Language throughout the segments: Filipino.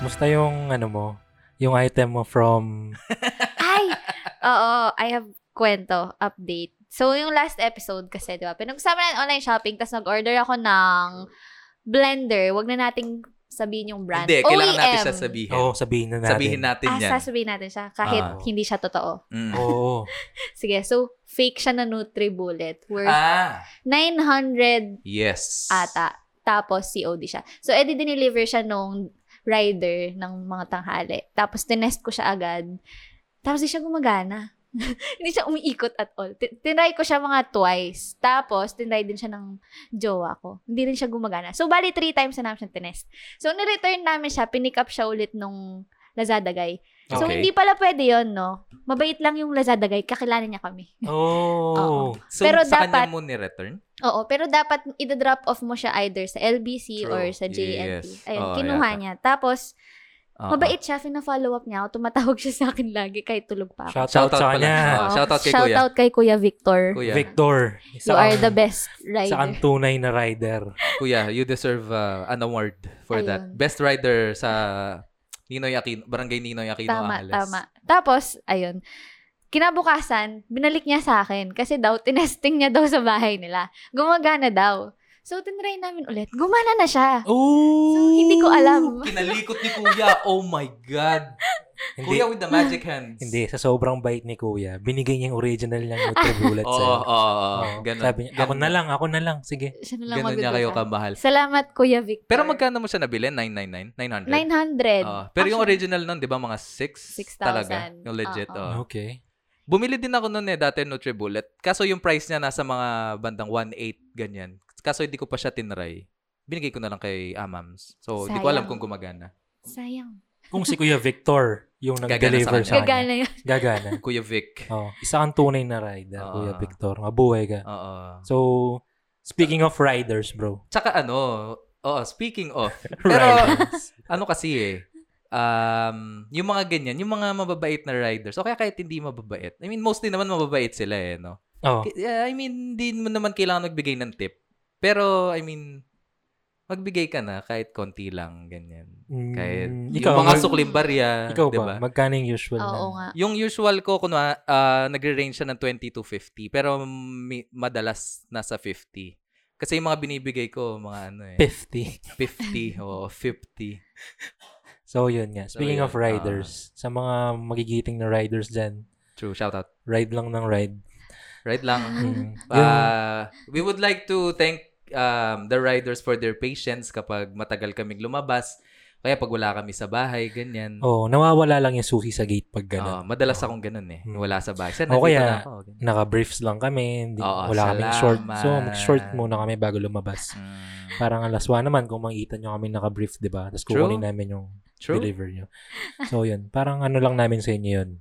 Kamusta yung ano mo? Yung item mo from... Ay! Oo, I have kwento, update. So, yung last episode kasi, di ba, pinag-usama natin online shopping, tapos nag-order ako ng blender. Wag na nating sabihin yung brand. Hindi, kailangan OEM. natin siya sabihin. Oo, sabihin na natin. sabihin natin E Ah, yan. sasabihin natin siya, kahit Ah. hindi siya totoo. Mm. Oo. Sige, so, fake siya na Nutribullet. Worth Ah, 900 yes. ata. Tapos COD siya. So, edi deliver siya nung rider ng mga tanghali. Tapos, tinest ko siya agad. Tapos, di siya gumagana. hindi siya umiikot at all. Ti- Tinry ko siya mga twice. Tapos, tinry din siya ng jowa ko. Hindi rin siya gumagana. So, bali three times na namin siya tinest. So, nireturn namin siya. Pinick up siya ulit nung Lazada guy. So, Okay. hindi pala pwede yon no? Mabait lang yung Lazada guy. Kakilala niya kami. Oo. Oo. So, Pero sa dapat- kanya mo ni-return? Oo, pero dapat i-drop off mo siya either sa LBC True. or sa JNT. Yes. Ayun, Oo, kinuha yata. niya. Tapos, Oo. mabait siya, fina-follow up niya ako. Tumatawag siya sa akin lagi kahit tulog pa ako. Shout, out Shoutout sa pala. kanya. Oo, Ah, shoutout kay Kuya. Shoutout kay Kuya Victor. Kuya, Victor. You are the best rider. Sa kang tunay na rider. Kuya, you deserve uh, an award for that. Ayun. Best rider sa Ninoy Aquino, Barangay Ninoy Aquino tama, Angeles. tama. Tapos, ayun. Kinabukasan, binalik niya sa akin kasi daw, tinesting niya daw sa bahay nila. Gumagana daw. So, tinry namin ulit. Gumana na siya. Oo. So, hindi ko alam. Kinalikot ni Kuya. Oh my God. Hindi, Kuya with the magic hands. hindi, sa sobrang bait ni Kuya, binigay niya yung original niyang Nutribullet Oo, sa'yo. oo, oo. Oo. Ganun. Oh, Sabi niya, ako Ganun- na lang, ako na lang. Sige. Siya na lang Ganun niya kayo magugulat. kamahal. Salamat, Kuya Victor. Pero magkano mo siya nabili? 999? 900? 900. Oo. Ah, pero Actually, Uh-huh. yung original nun, di ba, mga 6 6,000. talaga. Yung legit. Oo. oo. Okay. Bumili din ako nun eh, dati Nutribullet. Kaso yung price niya nasa mga bandang 1.8, ganyan. Kaso hindi ko pa siya tinry. Binigay ko na lang kay Amams. So, hindi ko Sayang. alam kung gumagana. Sayang. Kung si Kuya Victor yung Gagana sa nag-deliver kanya. sa kanya. Gagana yun. Gagana. Kuya Vic. Oh, isa kang tunay na rider, Oo. Kuya Victor. Mabuhay ka. Oo. So, speaking of riders, bro. Tsaka ano, oo, speaking of, pero Riders. ano kasi eh, um, yung mga ganyan, yung mga mababait na riders, o kaya kahit hindi mababait, I mean, mostly naman mababait sila eh, no? oh, K- yeah, I mean, hindi mo naman kailangan magbigay ng tip. Pero, I mean, magbigay ka na kahit konti lang, ganyan. mm, Kahit ikaw, yung mga mag- sukling barya, ikaw di ba? Magkano yung usual na? Oo nga. Yung usual ko, kunwa, ah, nagre-range siya ng 20 to 50. Pero mi- madalas nasa 50. Kasi yung mga binibigay ko, mga ano eh. 50. 50. Oo, 50. So, yun nga. So, Speaking yun, Ah. of riders, sa mga magigiting na riders dyan, True, shout out. ride lang ng ride. Right lang. Mm. Yung- Ah, we would like to thank um, the riders for their patience kapag matagal kaming lumabas. Kaya pag wala kami sa bahay, ganyan. oh, nawawala lang yung susi sa gate pag gano'n. Ah, madalas akong ganun eh. Mm. Wala sa bahay. Saan O nandito kaya, na ako? Ganyan. Naka-briefs lang kami. Hindi, Oo, wala kaming short. salamat. So, mag-short muna kami bago lumabas. Mm. Parang alas 1 naman kung makikita nyo kami naka-brief, di ba? Tapos True. kukunin namin yung True? deliver nyo. So, yun. Parang ano lang namin sa inyo yun.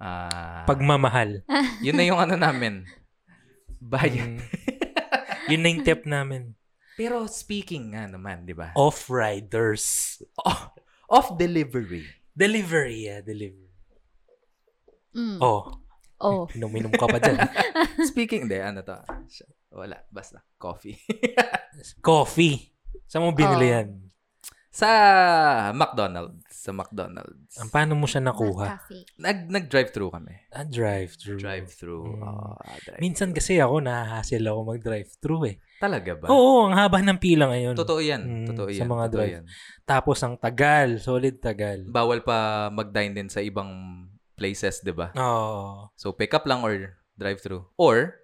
Ah, Pagmamahal. yun na yung ano namin. Bayan. Mm. yun na yung tip namin. Pero speaking nga naman, di ba? Off-riders. Oh, off delivery. Delivery, yeah. Delivery. Mm. Oh. Oh, inom-inom ka pa dyan. speaking, hindi, ano to? Sh- Wala, basta, coffee. Coffee. Saan mo binili Oh. yan? sa McDonald's. Sa McDonald's. Ang paano mo siya nakuha? Cafe. Nag, nag-drive-thru kami. Ah, drive-thru. Drive-thru. Mm. Oo, ah, drive. Minsan kasi ako, nahahassle ako mag-drive-thru eh. Talaga ba? Oo, ang haba ng pila ngayon. Totoo yan. Mm, Totoo sa yan. mga Totoo drive. yan. Tapos ang tagal, solid tagal. Bawal pa mag-dine din sa ibang places, di ba? Oh, So, pick up lang or drive-thru. Or,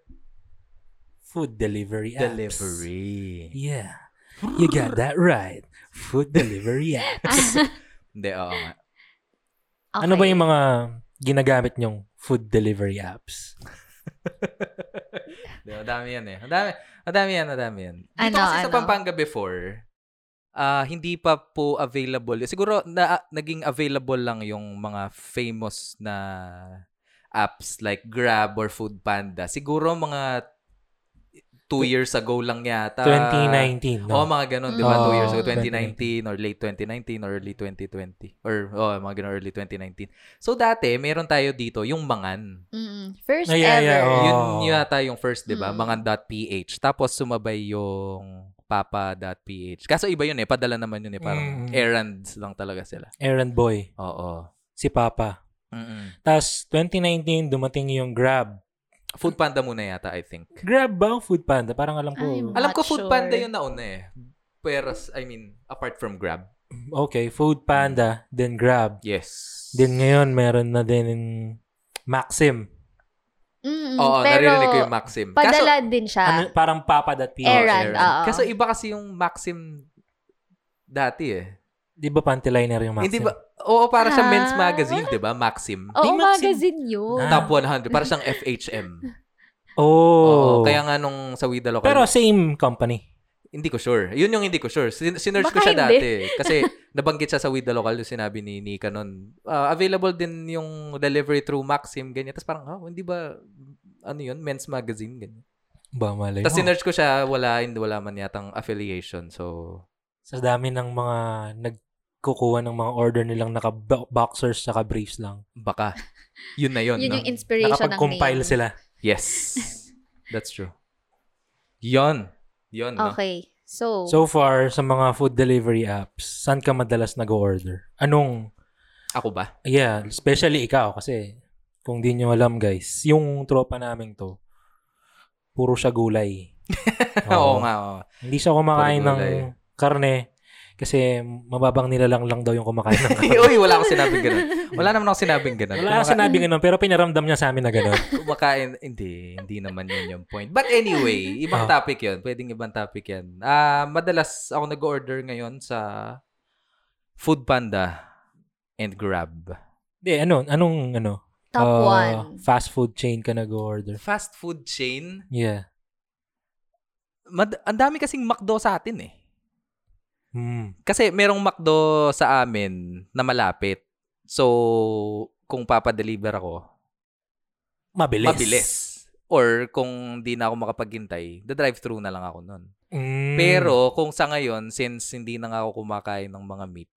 food delivery apps. delivery. Yeah. You got that right. Food delivery apps. Hindi, oo nga. Ah, Okay. Ano ba yung mga ginagamit nyong food delivery apps? Di, ang dami yan eh. Ang dami, ang dami yan, ang dami yan. Dito Ano, kasi sa ano? Pampanga before, ah, hindi pa po available. Siguro na, naging available lang yung mga famous na apps like Grab or Foodpanda. Siguro mga two years ago lang yata. 2019, Oo, no? mga ganun, di ba? Two Mm. years ago, Oh, 2019 or late 2019 or early 2020. Or, oh, mga ganun, early 2019. So, dati, meron tayo dito yung Mangan. Mm-mm. First Ay, ay, ay, ever. oo. Yun yata yung first, di ba? Mm. Mangan.ph. Tapos, sumabay yung papa.ph. Kaso iba yun eh. Padala naman yun eh. Parang Mm. errands lang talaga sila. Errand boy, Oo. si Papa. Mm-mm. Tapos 2019, dumating yung Grab. Food Panda muna yata, I think. Grab ba o Food Panda? Parang alam ko. Ay, ma- Alam ko Not Food sure. Panda yung nauna eh. Pero, I mean, apart from Grab. Okay, Food Panda, then Grab. Yes. Then ngayon, meron na din yung Maxim. Mm-mm. Oo, Mm, Pero, naririnig ko yung Maxim. Kaso, padala din siya. Ano, parang Papa.ph. Oo, Errand, oo. Kaso iba kasi yung Maxim dati eh. Di ba pantiliner yung Maxim? Hindi ba? Oo, para siyang Ah. men's magazine, 'di ba? Maxim. Oo, Di Maxim. magazine yun. Ah. Top 100, para siyang FHM. Oh. Oo, kaya nga nung sa Widalo Pero same company. hindi ko sure. Yun yung hindi ko sure. Sin- Sinerge ko Baka siya hindi. dati. eh. Kasi nabanggit siya sa With the Local, yung sinabi ni Nika nun. ah, available din yung delivery through Maxim, ganyan. Tapos parang, oh, hindi ba, ano yun, men's magazine, ganyan. Ba, malay Tapos mo. sinerge ko siya, wala, hindi, wala man yatang affiliation. So, Sa dami ng mga nagkukuha ng mga order nilang naka-boxers saka briefs lang. baka, yun na yun. Yun no? yung inspiration ng Nakapag-compile name. sila. Yes. That's true. Yon. Yon, no? Okay. So, So far, sa mga food delivery apps, saan ka madalas nag-order? Anong, Ako ba? yeah, especially ikaw kasi kung di nyo alam guys, yung tropa naming to, puro siya gulay. Oo, nga. oo. Hindi siya kumakain Puro ng gulay. karne kasi mababang nilalang lang daw yung kumakain ng karne. Uy, wala akong sinabing ganun. Wala naman akong sinabing ganun. Wala Kumaka- siya nabi ganun, pero pinaramdam niya sa amin na ganun. kumakain. Hindi, hindi naman yun yung point. But anyway, ibang Ah. topic yun. Pwedeng ibang topic yan. Ah, madalas ako nag-order ngayon sa Food Panda and Grab. Hindi, ano, anong, ano? top uh, one. Fast food chain ka nag-order. Fast food chain, Yeah. mad- ang dami kasing McDo sa atin eh. Hmm. Kasi merong McDo sa amin na malapit. So, kung papadeliver ako, Mabilis. mabilis. Or kung di na ako makapaghintay, the drive-thru na lang ako nun. Mm. Pero kung sa ngayon, since hindi na nga ako kumakain ng mga meat,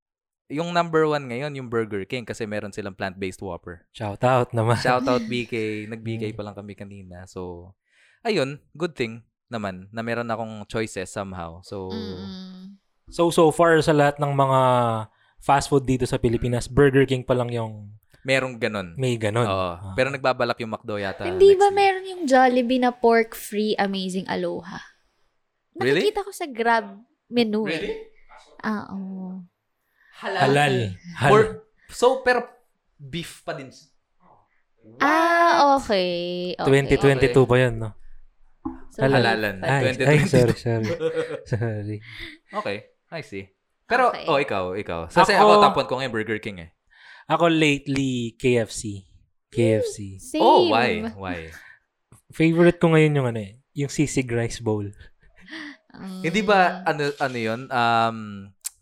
yung number one ngayon, yung Burger King, kasi meron silang plant-based Whopper. Shout out naman. Shout out BK. Hmm. Nag-BK pa lang kami kanina. So, ayun, good thing naman na meron akong choices somehow. So, Mm-mm. So, so far sa lahat ng mga fast food dito sa Pilipinas, Burger King pa lang yung merong ganun. may ganun. Oo. Ah. Pero nagbabalak yung McDo yata. Hindi next ba week. meron yung Jollibee na pork-free amazing aloha? Really? Nakikita ko sa Grab menu. eh. Really? Ah, oo. Halal. Halal. Pork. So, pero beef pa din. Ah, okay. okay. 2022 pa yun, no? So, Halalan. Ay, 2022. ay, sorry, sorry. sorry. Okay. I see. Pero, Okay. oh, ikaw, ikaw. Kasi ako, Ako- tapon ko ngayon Burger King eh. Ako lately, KFC. KFC. Same. Oh, why? Why? Favorite ko ngayon yung ano eh, yung sisig rice bowl. Mm. Hindi ba, ano, ano yun? Um,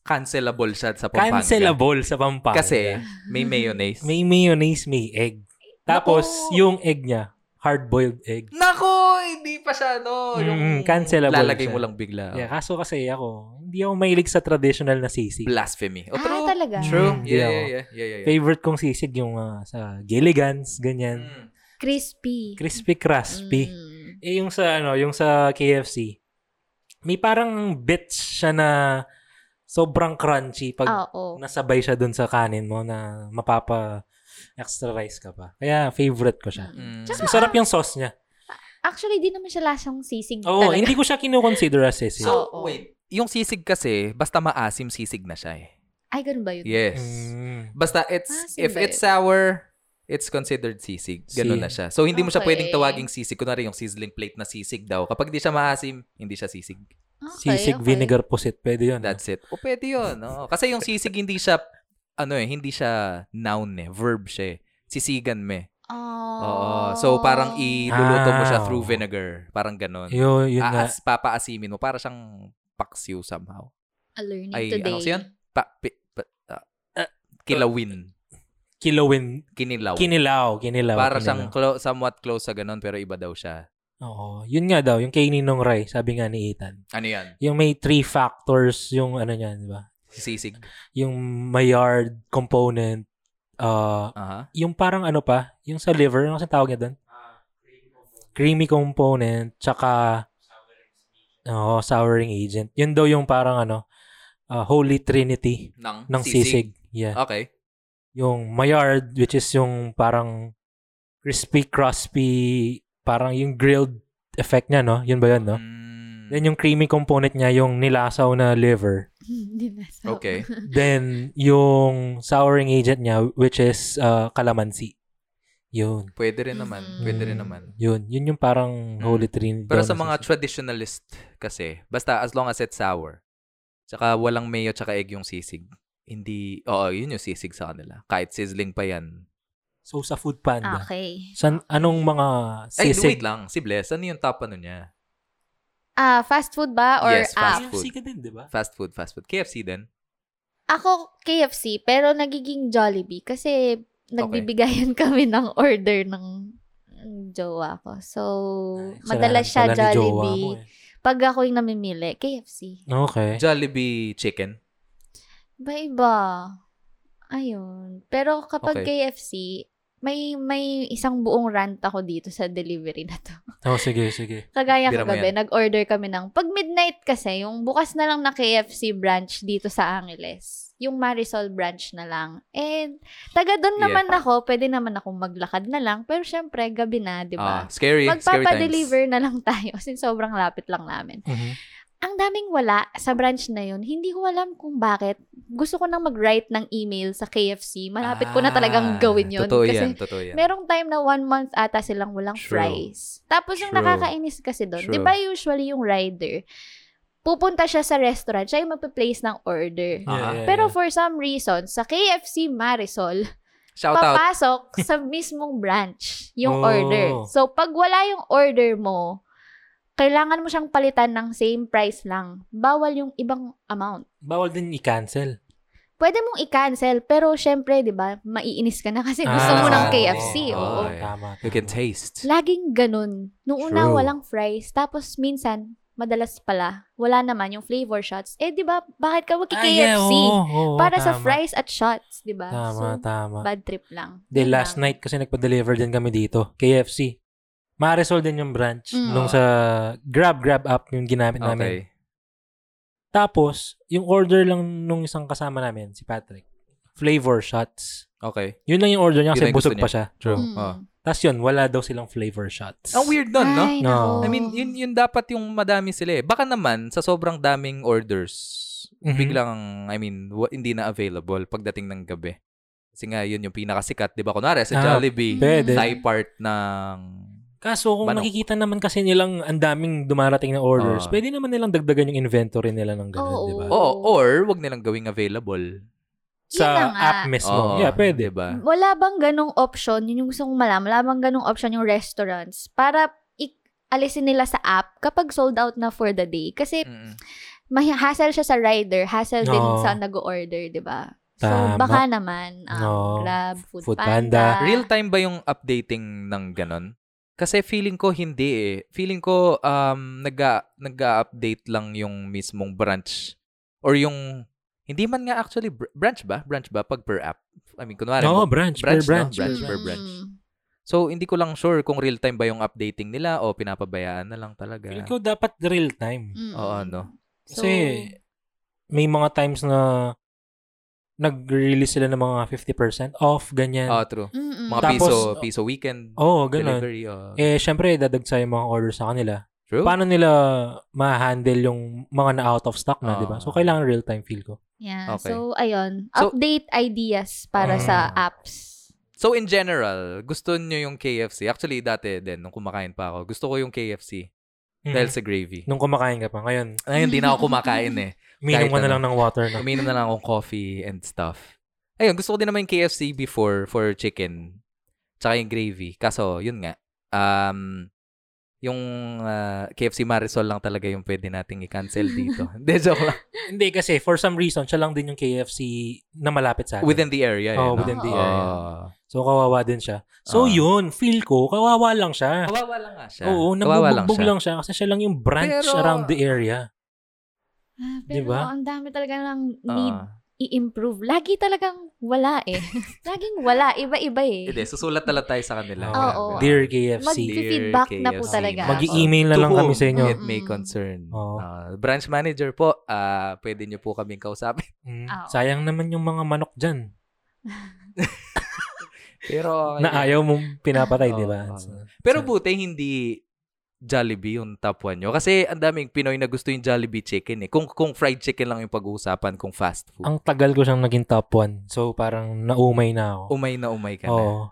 cancelable siya sa Pampanga. Cancelable sa Pampanga. Kasi may mayonnaise. May mayonnaise, may egg. Tapos, Naku. yung egg niya, hard-boiled egg. Nako, hindi pa siya, no? Mm, cancelable siya. Lalagay mo lang bigla. Yeah, kaso kasi ako, hindi ako mahilig sa traditional na sisig. Blasphemy. Oh, Ah, true. talaga? Mm, True. Yeah, hindi yeah, ako. yeah. yeah, yeah, yeah. Favorite kong sisig yung ah, sa Gilligan's, ganyan. Mm. Crispy. Crispy crispy. Mm. Eh, yung sa ano, yung sa KFC, may parang bits siya na sobrang crunchy pag Ah, Oo. nasabay siya dun sa kanin mo na mapapa extra rice ka pa. Kaya favorite ko siya. Mm. Tsaka, Masarap yung sauce niya. Actually, di naman siya lasang sisig Oo, Mm. talaga. hindi ko siya kinoconsider as sisig. So, Oo. wait. Yung sisig kasi, basta maasim sisig na siya eh. Ay, ganun ba yun? Yes. Mm. Basta it's Maasim if ba it's sour, it's considered sisig. Ganun Si- na siya. So hindi mo siya Okay. pwedeng tawaging sisig kunwari yung sizzling plate na sisig daw. Kapag di siya maasim, hindi siya sisig. Ah, Okay, Sisig okay. vinegar pusit, pwede yun. That's it. O pwede 'yun, no? Kasi yung sisig hindi siya ano eh, hindi siya noun eh, verb siya. eh. Sisigan me. Oh. Oo. So parang iluluto mo Oh. siya Ah, through oo. vinegar, parang ganun. Yun, yun nga. Aas papaasimin mo para siyang paksiw somehow. A learning Ay, today. ano kasi yun? Pa, pi- pa- ah, ah, kilawin. Kilawin. Kinilaw. Kinilaw. Kinilaw. Para kinilaw. siyang clo- somewhat close sa ganun pero iba daw siya. Oo. Yun nga daw, yung kay Ninong Ray, sabi nga ni Ethan. Ano yan? Yung may three factors yung ano niyan, di ba? Sisig. Yung Maillard component, uh, Aha. yung parang ano pa, yung sa liver, ano kasi tawag niya doon? Creamy component, tsaka oh, souring agent. Yun daw yung parang ano, ah, holy trinity Nang, ng sisig. Yeah. Okay. Yung Maillard, which is yung parang crispy, crispy, parang yung grilled effect niya, no? Yun ba yun, no? Mm, Then yung creamy component niya, yung nilasaw na liver. Hindi na sa- okay. Then yung souring agent niya, which is ah, calamansi. Yun. Pwede rin naman. Mhm. Pwede rin Mm, naman. Yun, yun yung parang Holy Trinity. Mm. Pero daw sa na mga sisig. traditionalist kasi, basta as long as it's sour. Tsaka walang mayo tsaka egg yung sisig. Hindi, oo, yun yung sisig sa kanila. Kahit sizzling pa yan. So sa Food Panda. Ah, Okay. San, anong mga Ay, sisig? wait lang. Si Bless, ano yung top ano niya? Ah, fast food ba or Yes, fast KFC app? food. ka din, diba? di ba? Fast food, fast food. KFC din. Ako KFC pero nagiging Jollibee kasi nagbibigayan kami ng order ng ng jowa ko. So, madalas siya Kasalanan pala ni jowa mo Jollibee. eh. Pag ako yung namimili, KFC. Okay. Jollibee chicken. Iba-iba. Ayun. Pero kapag KFC, may may isang buong rant ako dito sa delivery na to. Oh, sige, sige. Kagaya Bira mo kagabi, nag-order kami ng pag midnight kasi, yung bukas na lang na KFC branch dito sa Angeles. Yung Marisol branch na lang. And taga doon Yeah. naman ako, pwede naman akong maglakad na lang. Pero syempre, gabi na, di ba? Ah, scary. Scary times. Diba? Magpapadeliver na lang tayo since sobrang lapit lang namin. Mm-hmm. Mhm. Ang daming wala sa branch na yun. Hindi ko alam kung bakit. Gusto ko nang mag-write ng email sa KFC. Malapit ko na talagang Ah, gawin yun. Totoo kasi yan, totoo yan. Merong time na one month ata silang walang True. fries. Tapos yung True. nakakainis kasi doon, True. di ba usually yung rider, pupunta siya sa restaurant, siya yung magpa-place ng Yeah, order. Ah. yeah, Pero yeah. for some reason, sa KFC Marisol, Shout out. papasok sa mismong branch Oh. yung order. So, pag wala yung order mo, kailangan mo siyang palitan ng same price lang. Bawal yung ibang amount. bawal din i-cancel. Pwede mong i-cancel, pero syempre, di ba, maiinis ka na kasi Eh, gusto Ah, mo ng oo. KFC. Oo. oo. Tama, tama. You can taste. Laging ganun. Nung una, True. walang fries. Tapos, minsan, madalas pala, wala naman yung flavor shots. Eh, di ba, bakit Ah, ka yeah, magki-KFC? oo, oo, para sa tama. fries at shots, di ba? Tama, So, tama. bad trip lang. De, Yun last lang. night kasi nagpa-deliver din kami dito. KFC. Marisol din yung branch. Mm. Nung sa Grab, Grab app yung ginamit namin. Okay. Tapos, yung order lang nung isang kasama namin, si Patrick, flavor shots. Okay. Yun lang yung order niya kasi Yun lang yung gusto busog pa siya. True. Mm. Oh. Tapos yun, wala daw silang flavor shots. Ang weird nun, no? Ay, No. nako. I mean, yun, yun dapat yung madami sila eh. Baka naman, sa sobrang daming orders, Mhm. biglang, I mean, wa- hindi na available pagdating ng gabi. Kasi nga, yun yung pinakasikat, di ba? Kunwari, sa Ah, Jollibee, Pwede. Thai part ng... Kaso kung Manok. nakikita naman kasi nilang ang daming dumarating na orders, Ah. pwede naman nilang dagdagan yung inventory nila ng ganun, Oo. di ba? Oo, oh, or wag nilang gawing available. Yun na Sa nga. app mismo. Oo, Diba? yeah, pwede. Di ba? Wala bang ganong option, yun yung gusto kong malaman, wala bang ganong option yung restaurants para i- alisin nila sa app kapag sold out na for the day? Kasi Mm-mm. may hassle siya sa rider, hassle din Oo. sa nag-order, di ba? So, Tama. baka naman, um, Oo. Grab, Food, Foodpanda. Panda. Real time ba yung updating ng ganon? Kasi feeling ko hindi eh. Feeling ko um, nag nag-update lang yung mismong branch. Or yung, hindi man nga actually, br- branch ba? Branch ba? Pag per app? I mean, kunwari, Oo, mo- branch, per branch. branch, no? Branch Mm. per branch. So, hindi ko lang sure kung real time ba yung updating nila o pinapabayaan na lang talaga. Feeling ko dapat real time. Mm. Oo, ano? no? So, Kasi may mga times na nag-release sila ng mga 50% off, ganyan. Oo, Ah, true. mm-mm. Mga Tapos- piso, piso weekend, Oo, ganun. delivery. oo. Eh, syempre, dadagsa yung mga order sa kanila. true? Paano nila ma-handle yung mga na-out of stock na, Ah. di ba? So, kailangan real-time feel ko. yeah. Okay. So, ayun. So- Update ideas para Mm. sa apps. So in general, gusto nyo yung KFC. Actually, dati din, nung kumakain pa ako, gusto ko yung KFC Mm-hmm. dahil sa gravy. Mm. Nung kumakain ka pa. Ngayon, Ayun, di na ako kumakain eh. minum Kahit ka na ano. lang ng water. No? Uminom na lang akong coffee and stuff. Ayun, gusto ko din naman yung KFC before for chicken. Tsaka yung gravy. Kaso, yun nga. Um, yung ah, KFC Marisol lang talaga yung pwede nating i-cancel dito. Hindi, joke lang. Hindi kasi, for some reason, siya lang din yung KFC na malapit sa atin. Within the area. Oh, yun, no? Oh. within the Oo. area. So, kawawa din siya. So, Ah. yun. Feel ko, kawawa lang siya. Kawawa lang nga siya. Oo, Kawawa lang nagbubugbog siya. lang siya kasi siya lang yung branch Pero- around the area. Ah, Di pero ba? ang dami talaga ng need Ah. i-improve. Lagi talagang wala eh. Laging wala. Iba-iba eh. Hindi, susulat tala tayo sa kanila. Oo. Grabe. Oo. Dear KFC. Mag- Feedback na po KFC. talaga. Mag-i-email na lang To kami sa inyo. whom It may Mm-mm. concern. Oo. Ah, branch manager po, ah pwede niyo po kaming kausapin. Mm, Oo. Sayang naman yung mga manok dyan Pero, na ayaw mong pinapatay, Oo, di ba? oo. So, Pero so- buti hindi Jollibee yung top 1 nyo. Kasi ang daming Pinoy na gusto yung Jollibee chicken eh. Kung, kung fried chicken lang yung pag-uusapan, kung fast food. ang tagal ko siyang naging top 1. So, parang naumay na ako. umay na umay Um, ka na. Oo.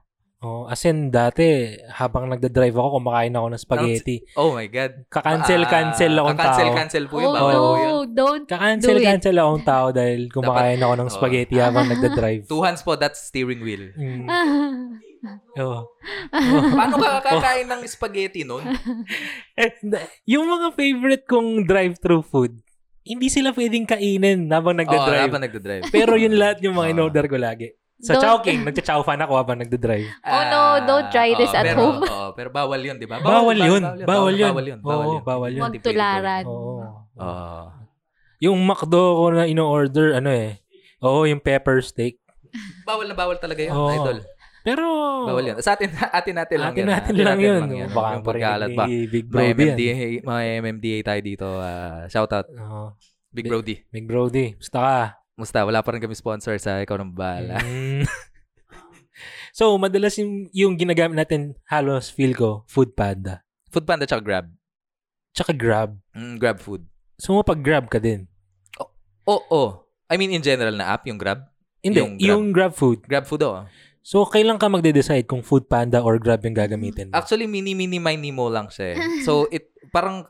Oo. As in, dati, habang nagda-drive ako, kumakain ako ng spaghetti. Oh my God. Kakancel-cancel Ah, akong tao. Kakancel-cancel po Oh, yung bawal no, po yun. don't. Do it. Kakancel-cancel akong tao dahil kumakain ako ng Oo. spaghetti habang nagda-drive. Two hands po, that's steering wheel. Mm. Ah. Oo. Paano ka kakain ng spaghetti nun? Eh, Yung mga favorite kong drive-thru food, hindi sila pwedeng kainin habang Oo, nagda-drive. habang Oh, nagdadrive. Pero yun lahat yung mga Oo. in-order ko lagi. Sa Don't- Chowking, nagcha-chow fan ako habang nagda-drive. Oh, no, don't try Ah, this oo, at Ah, pero, home. oo, pero bawal yun, di ba? Bawal yun. Bawal yun. Bawal yun. Ah. Oh. Oo, bawal yun. Hindi pwede Magtularan. Oo. yun. Oo. Yung McDo ko na in-order, ano eh. Oo, yung pepper steak. Bawal na bawal talaga yun, Oo. idol. Pero, Bawal yun. Sa atin, atin natin lang atin yun. natin lang yun. Baka Baka ang pagkalat ba? parinig ni Big May Brody yan. MMDA, may MMDA tayo dito. ah, shout out, Oo. Big Brody. Big Brody, basta ka. Musta, wala pa rin kami sponsor sa Ikaw ng Bahala. Mm. so, madalas yung, yung ginagamit natin, halos feel ko, food panda. Food Panda tsaka Grab. Tsaka grab. Mm, grab food. So, mapag-grab ka din. Oo. Oh, I mean, in general na app, yung Grab. Hindi, Yung yung Grab. grab. food. Grab food, oh. oo. So, kailan ka magde-decide kung food panda or grab yung gagamitin mo? Actually, mini-mini-mini-mo lang siya eh. So, it, parang,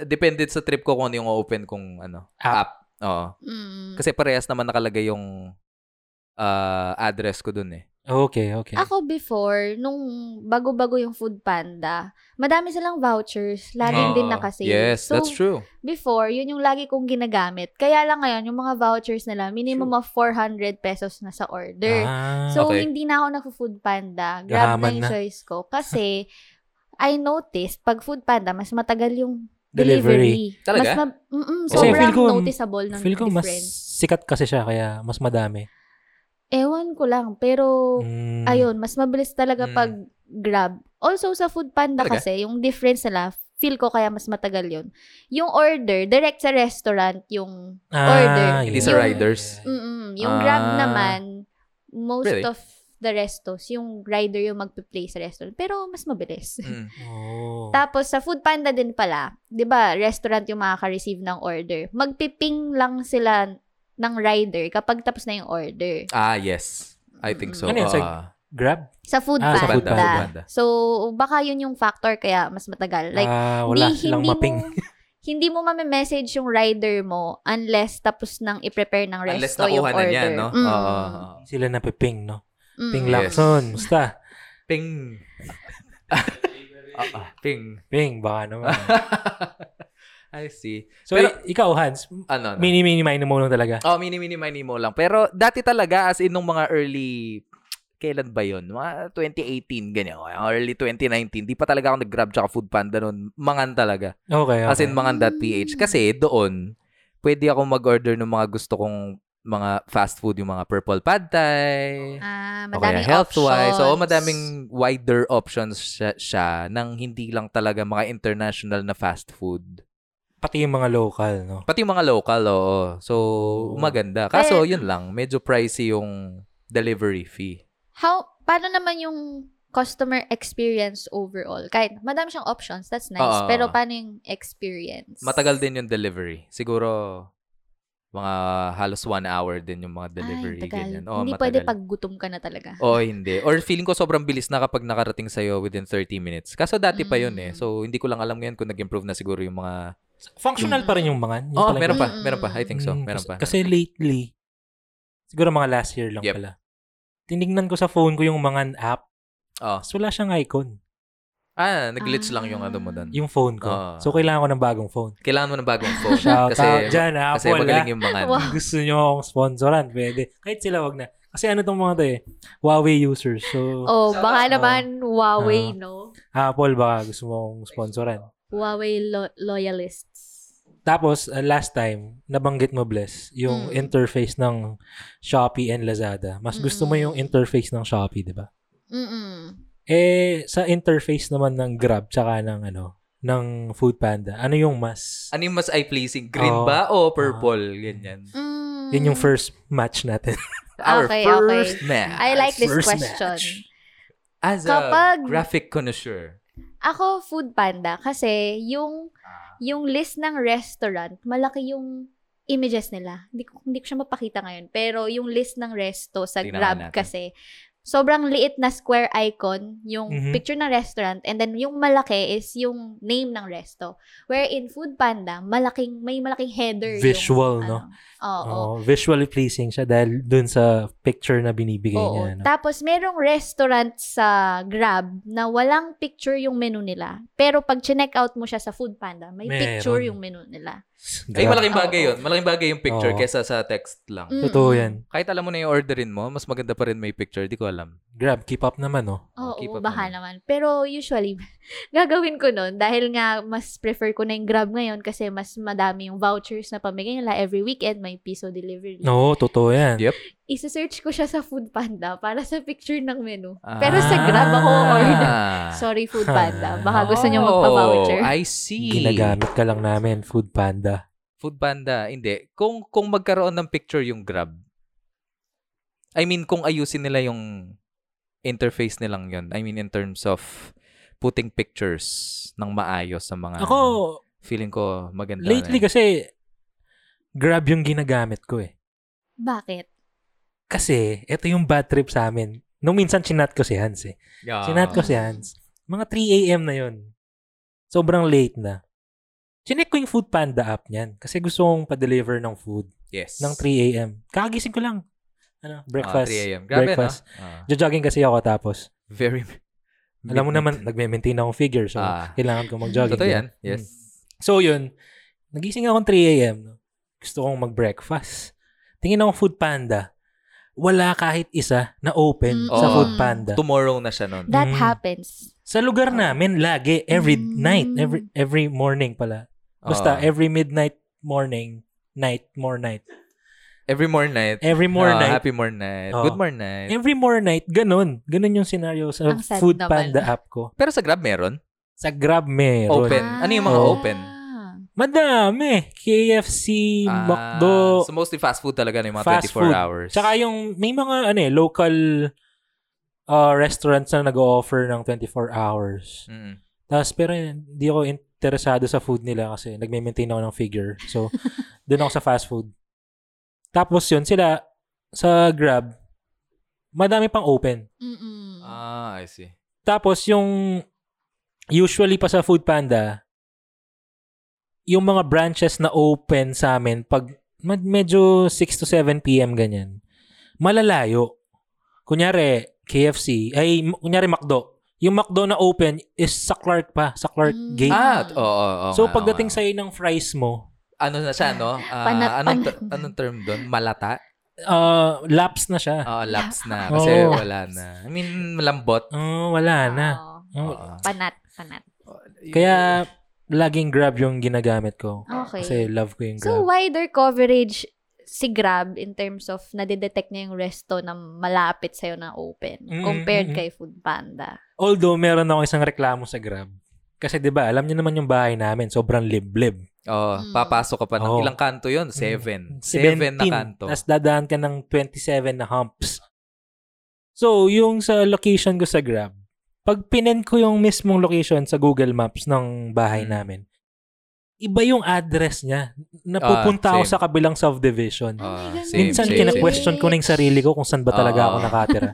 uh, depended sa trip ko kung ano yung open kong, ano, App. app. Oo. Mm. Kasi parehas naman nakalagay yung ah, address ko dun eh. Oh, Okay, okay. Ako before, nung bago-bago yung Food Panda, madami silang vouchers. Laging Oo. din nakasale. Ah, Yes, so, that's true. before, yun yung lagi kong ginagamit. Kaya lang ngayon, yung mga vouchers nila, minimum of 400 pesos na sa order. Ah, So, okay. hindi na ako nagfo-food panda. Grab na Yaman yung na. choice ko. Kasi, I noticed, pag food panda, mas matagal yung delivery. Mas Talaga? ma- mm Kasi sobrang feel ko- noticeable ng feel ko mas difference. sikat kasi siya, kaya mas madami. Ewan ko lang, pero Mm. Oh, ayun, mas mabilis talaga Mm. pag grab. Also, sa food panda Talaga? kasi, yung difference nila, feel ko kaya mas matagal yun. Yung order, direct sa restaurant, yung Ah, order. yun. Hindi sa riders. Mm-mm. Yung Grab Ah. naman, most Really? of the restos, yung rider yung magpe-play sa restaurant. Pero mas mabilis. Mm. Oh. Tapos sa Food Panda din pala, 'di ba, restaurant yung makaka-receive ng order. Magpiping lang sila ng rider kapag tapos na yung order. Ah, yes. I think so. Ano yun, sa- Ah, Grab? Sa Food Ah, Panda. sa Food Panda. So, baka yun yung factor kaya mas matagal. Like, ah, wala hindi, silang hindi mapping. Mo, hindi mo mame-message yung rider mo unless tapos nang i-prepare ng Unless resto yung nakuha na order. niya, no? Mm. Oo. Sila na piping, no? Mm. Ping Yes. Lacson, musta? Ping. Ah, ah, Ping. Ping, baka naman. I see. So, Pero- i- ikaw, Hans, Ano? ano? mini-mini-mine mo lang talaga. Oh, mini mini mini mo lang. Pero dati talaga as in nung mga early kailan ba yun? Mga 2018 ganyan. O, Early 2019. Di pa talaga ako nag-grab tsaka food panda noon. Mangan talaga. Okay, okay. As in mangan.ph kasi doon pwede ako mag-order ng mga gusto kong mga fast food, yung mga purple pad thai. Ah, o kaya madaming health-wise. options. Oo, madaming wider options siya, siya ng hindi lang talaga mga international na fast food. Pati yung mga local, no? Pati yung mga local, oo. So, Oo. maganda. Kaso, Eh, yun lang. Medyo pricey yung delivery fee. How, paano naman yung customer experience overall? Kahit madami siyang options, that's nice. Oo. Pero paano yung experience? Matagal din yung delivery. Siguro, mga halos one hour din yung mga delivery. Ay, tagal. ganyan. Oo, Hindi matagal. pwede pag gutom ka na talaga. Oo, hindi. Or feeling ko sobrang bilis na kapag nakarating sa'yo within 30 minutes. Kaso dati pa yun eh. Mm. So, hindi ko lang alam ngayon kung nag-improve na siguro yung mga... Functional pa rin yung mga. Oo, Oh, meron pa. Mm. Meron pa. I think so. Mm, Meron kas- pa. Kasi lately, siguro mga last year lang Yep. pala, tinignan ko sa phone ko yung mga app, Oo. so wala siyang icon, Ah, nag-glitch lang yung Ah. ano mo doon. yung phone ko. Ah. So, kailangan ko ng bagong phone. Kailangan mo ng bagong phone. Shout kasi out dyan, ah. app, kasi wala. magaling yung mga... ano. Wow. Kung gusto nyo akong sponsoran, pwede. Kahit sila, wag na. Kasi ano tong mga to eh, Huawei users. So, Oh, baka Sarap. naman Ah. Huawei, no? Apple baka gusto mong sponsoran. Huawei lo- loyalists. Tapos, uh, last time, nabanggit mo, Bless, yung Mm. interface ng Shopee and Lazada. Mas gusto mo Mm-mm. yung interface ng Shopee, di ba? Mm-mm. Eh, sa interface naman ng Grab tsaka ng ano, ng Foodpanda, ano yung mas, Ano yung mas eye-pleasing? Green Oo. Ah. ba o purple? Ganyan. Mm. yun yung first match natin. Our Okay, first match. I like this First question. match. As a Kapag- graphic connoisseur. Ako, food panda. Kasi yung, yung list ng restaurant, malaki yung images nila. Hindi ko, hindi ko siya mapakita ngayon. Pero yung list ng resto sa Tingnan Grab natin. kasi, sobrang liit na square icon yung Mhm. picture ng restaurant and then yung malaki is yung name ng resto. Wherein food panda, malaking, may malaking header Visual, yung, no? ano. Oo. Oo, visually pleasing siya dahil dun sa picture na binibigay Oo. niya. Ano. Tapos, merong restaurant sa Grab na walang picture yung menu nila. Pero pag check out mo siya sa Foodpanda, may Meron. picture yung menu nila. Ay, Grab. malaking bagay Oo. yun. Malaking bagay yung picture Oo. kesa sa text lang. Mm. Totoo yan. Kahit alam mo na yung orderin mo, mas maganda pa rin may picture. Di ko alam. Grab, keep up naman, no? Oh, Oo, keep up baka naman. naman. Pero usually, gagawin ko nun dahil nga mas prefer ko na yung Grab ngayon kasi mas madami yung vouchers na pamigay nila every weekend, may piso delivery. Oo, totoo yan. Yep. Isa-search ko siya sa Foodpanda para sa picture ng menu. Ah. Pero sa Grab ako order. Ah. Sorry, Foodpanda. Baka Ah. gusto niyo Oh, magpa-voucher. I see. Ginagamit ka lang namin, Foodpanda. Food Panda, hindi. Kung kung magkaroon ng picture yung Grab. I mean, kung ayusin nila yung interface nilang yun. I mean, in terms of putting pictures ng maayos sa mga Ako, feeling ko maganda. na lately yun. kasi, Grab yung ginagamit ko eh. Bakit? Kasi, ito yung bad trip sa amin. Nung minsan chinat ko si Hans eh. Yeah. Chinat ko si Hans. Mga 3 a.m. na yun. Sobrang late na. Chinek ko yung Food Panda app niyan. Kasi gusto kong pa-deliver ng food Yes. ng 3 a.m. Kakagising ko lang. Ano, Ah, breakfast. 3 a.m. Grabe, breakfast. no? Ah, Jogging kasi ako tapos. very... Alam mo naman, nagme-maintain akong figure. So, Ah. kailangan ko mag-jogging. Totoo di ba? yan. Yes. Mm. So yun, nagising akong 3 a.m. no? Gusto kong mag-breakfast. Tingin ako Food Panda. Wala kahit isa na open Mm. sa Oo. Food Panda. Tomorrow na siya nun. That Mm. happens. Sa lugar Ah. namin lagi every Mm. night, every every morning pala. Basta Oo. every midnight morning, night more night. every more night. Every more Ah, night. Oh. Happy more night. Oo. Good more night. Every more night, ganun. Ganun yung scenario sa Ang sad Food naman. Panda app ko. Pero sa Grab meron. Sa Grab meron. Open. Ano yung mga Ah. open? Madami. KFC, Ah, McDo, So mostly fast food talaga na yung mga Fast 24 food. hours. Tsaka yung may mga ano eh, local uh, restaurants na nag-o-offer ng 24 hours. Mm. Tapos pero hindi ako interesado sa food nila kasi nagme-maintain ako ng figure. So, doon ako sa fast food. Tapos yun, sila sa Grab, madami pang open. Mm-mm. Ah, I see. Tapos yung usually pa sa Food Panda, yung mga branches na open sa amin pag med- medyo 6 to 7 p.m. ganyan. Malalayo. Kunyari KFC, ay m- kunyari McDo. Yung McDo na open is sa Clark pa, sa Clark Mm. Gate. Ah, oo, oo, oo Eh, so nga, pagdating oo sa iyo ng fries mo, nga. ano na siya, no? Ah, Panat- anong, ter- panat- anong term doon? Malata? uh, laps na siya. Oo, laps na. Kasi Oo. wala na. I mean, malambot. Oh, wala na. Oo. Oh. Oo. Panat, panat. Kaya laging Grab yung ginagamit ko. Okay. Kasi love ko yung Grab. So, wider coverage si Grab in terms of nadidetect niya yung resto na malapit sa'yo na open Mm, compared mm, kay Foodpanda. Although, meron ako isang reklamo sa Grab. Kasi 'di ba alam niyo naman yung bahay namin, sobrang liblib. Oh, Mm. papasok ka pa ng Oo. ilang kanto yun? Mm. Seven. Seven na kanto. Tapos dadaan ka ng 27 na humps. So, yung sa location ko sa Grab, pag pinen ko yung mismong location sa Google Maps ng bahay Mm. namin, iba yung address niya. Napupunta ako Ah, same. sa kabilang subdivision. Ah, Oh my God, same, Minsan same, kina-question ko na yung sarili ko kung saan ba talaga Ah. ako nakatira.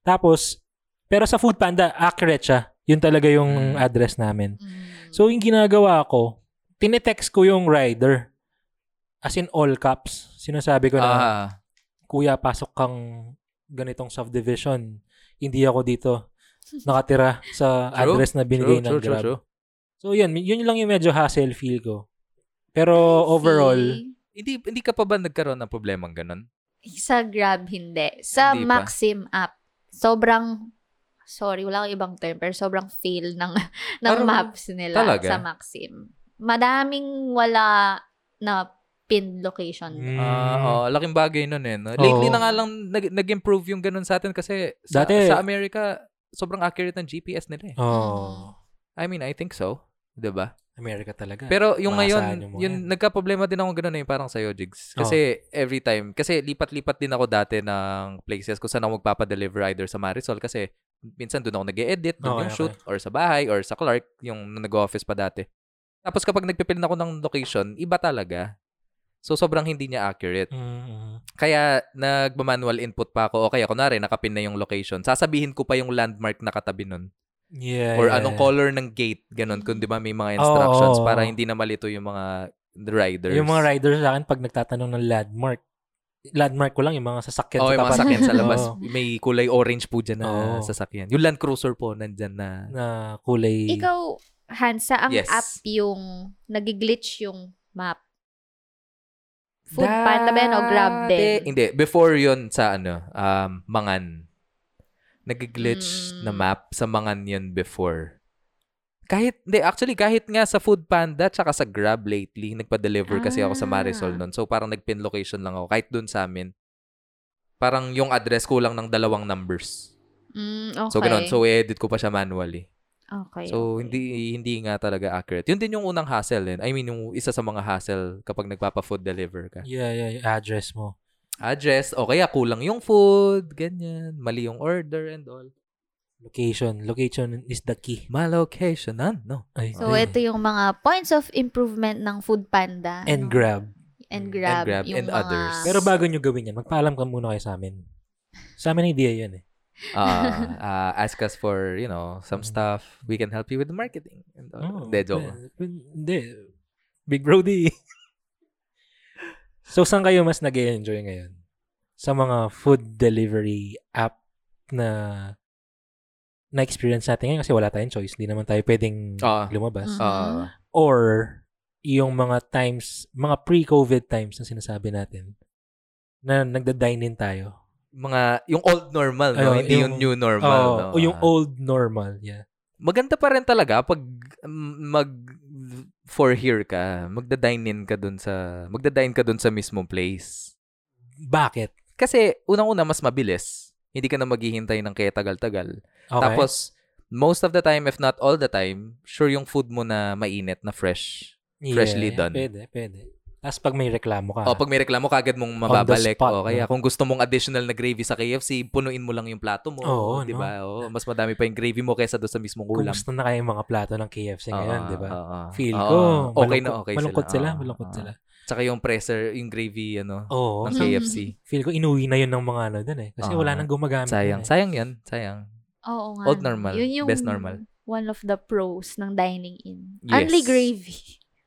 Tapos, pero sa Foodpanda, accurate siya. Yun talaga yung Mm. address namin. Mm. So, yung ginagawa ko, tinetext ko yung rider. As in all caps. Sinasabi ko na, Ah, kuya, pasok kang ganitong subdivision. Hindi ako dito nakatira sa True, address na binigay true, ng true, true, Grab. true. So, yun. Yun lang yung medyo hassle feel ko. Pero overall, See? Hindi, hindi ka pa ba nagkaroon ng problema ng ganun? Sa Grab, hindi. Sa Hindi pa. Maxim app, sobrang, sorry, wala akong ibang term, pero sobrang fail ng, ng Parang- maps nila talaga? sa Maxim. Madaming wala na pinned location. Ah, Mm. oh, laking bagay nun eh. No? Lately Oo. na nga lang nag- nag-improve yung ganun sa atin kasi sa, Dati- sa Amerika, sobrang accurate ng GPS nila eh. Mm. Oh. I mean, I think so. 'Di ba? Amerika talaga. Pero yung Maasahan yung ngayon, Ah, mga yun, yan. nagka-problema din ako ganun eh, parang sa'yo, Jigs. Kasi every time, kasi lipat-lipat din ako dati ng places kung saan ako magpapadeliver either sa Marisol kasi minsan doon ako nag edit Okay, doon yung okay. shoot, or sa bahay, or sa Clark, yung nung nag-office pa dati. Tapos kapag nagpipil na ako ng location, iba talaga. So, sobrang hindi niya accurate. Mm, mm. Kaya, nagma-manual input pa ako. O kaya, kunwari, nakapin na yung location. Sasabihin ko pa yung landmark na katabi nun Yeah. or yeah, anong yeah. color ng gate, ganun. Kung di ba may mga Eh. instructions Oo, oo, para oo. hindi na malito yung mga riders. Yung mga riders sa akin, pag nagtatanong ng landmark, landmark ko lang yung mga sasakyan Oo, sa Oh, yung mga tapat. sakyan sa labas. Oo. May kulay orange po dyan na Oo. sasakyan. Yung Land Cruiser po, nandyan na. na kulay. Ikaw, Hansa, ang Yes. app yung nagiglitch yung map. Food Panda ba yan o Grab Dati- din? Hindi, before yon sa ano, um, Mangan. Nag-glitch Mm. na map sa Mangan yun before. Kahit, hindi, actually, kahit nga sa Food Panda tsaka sa Grab lately, nagpa-deliver kasi ako sa Marisol Ah. nun. So, parang nag-pin location lang ako. Kahit dun sa amin, parang yung address ko lang ng dalawang numbers. Mm, okay. So, ganun. So, edit ko pa siya manually. okay, So, okay. hindi hindi nga talaga accurate. Yun din yung unang hassle din. I mean, yung isa sa mga hassle kapag nagpapa-food deliver ka. Yeah, yeah, yung address mo. address, o kaya kulang yung food, ganyan, mali yung order and all. Location. Location is the key. Malocation, no? Ay, So, ay. ito yung mga points of improvement ng Food Panda. ano? And grab. And Grab. And Grab yung and mga- others. Pero bago nyo gawin yan, magpaalam ka muna kayo sa amin. Sa amin idea yun eh. Ah, ah, ask us for, you know, some Mm. stuff. We can help you with the marketing. And all. Hindi, joke. lang. eh, Hindi. Big Brody. so, saan kayo mas nag enjoy ngayon? Sa mga food delivery app na na-experience natin ngayon kasi wala tayong choice. Hindi naman tayo pwedeng Ah. lumabas. Mm. Ah, Or, yung mga times, mga pre-COVID times na sinasabi natin na nagda-dine in tayo. mga, yung old normal, Ayun, no? Hindi yung, yung- new normal, Oo, no? o yung Ah. old normal. Yeah. Maganda pa rin talaga pag mm, mag for here ka, magda-dine in ka dun sa, magda-dine ka dun sa mismong place. Bakit? Kasi, unang-una, mas mabilis. Hindi ka na maghihintay ng kaya tagal-tagal. Okay. Tapos, most of the time, if not all the time, sure yung food mo na mainit, na fresh. freshly done. Pwede, pwede. Tapos pag may reklamo ka. O, pag may reklamo, kagad mong mababalik. spot, O, no? kaya kung gusto mong additional na gravy sa KFC, punuin mo lang yung plato mo. Oo, di ba? O, mas madami pa yung gravy mo kaysa doon sa mismong ulam. Kumusta na kaya yung mga plato ng KFC ngayon, Oo, di ba? oo, oo. Feel Oo, ko, okay na malungkot- okay malungkot sila. Oo, malungkot oo. sila. Tsaka yung presser, yung gravy, ano, Oo. ng Mm. KFC. Feel ko inuwi na yun ng mga ano dun eh. Kasi Oo. wala nang gumagamit. Dun, Sayang. eh. Sayang yan. Sayang. Oo nga. Old normal. Best normal. One of the pros ng dining in. Yes. Only gravy.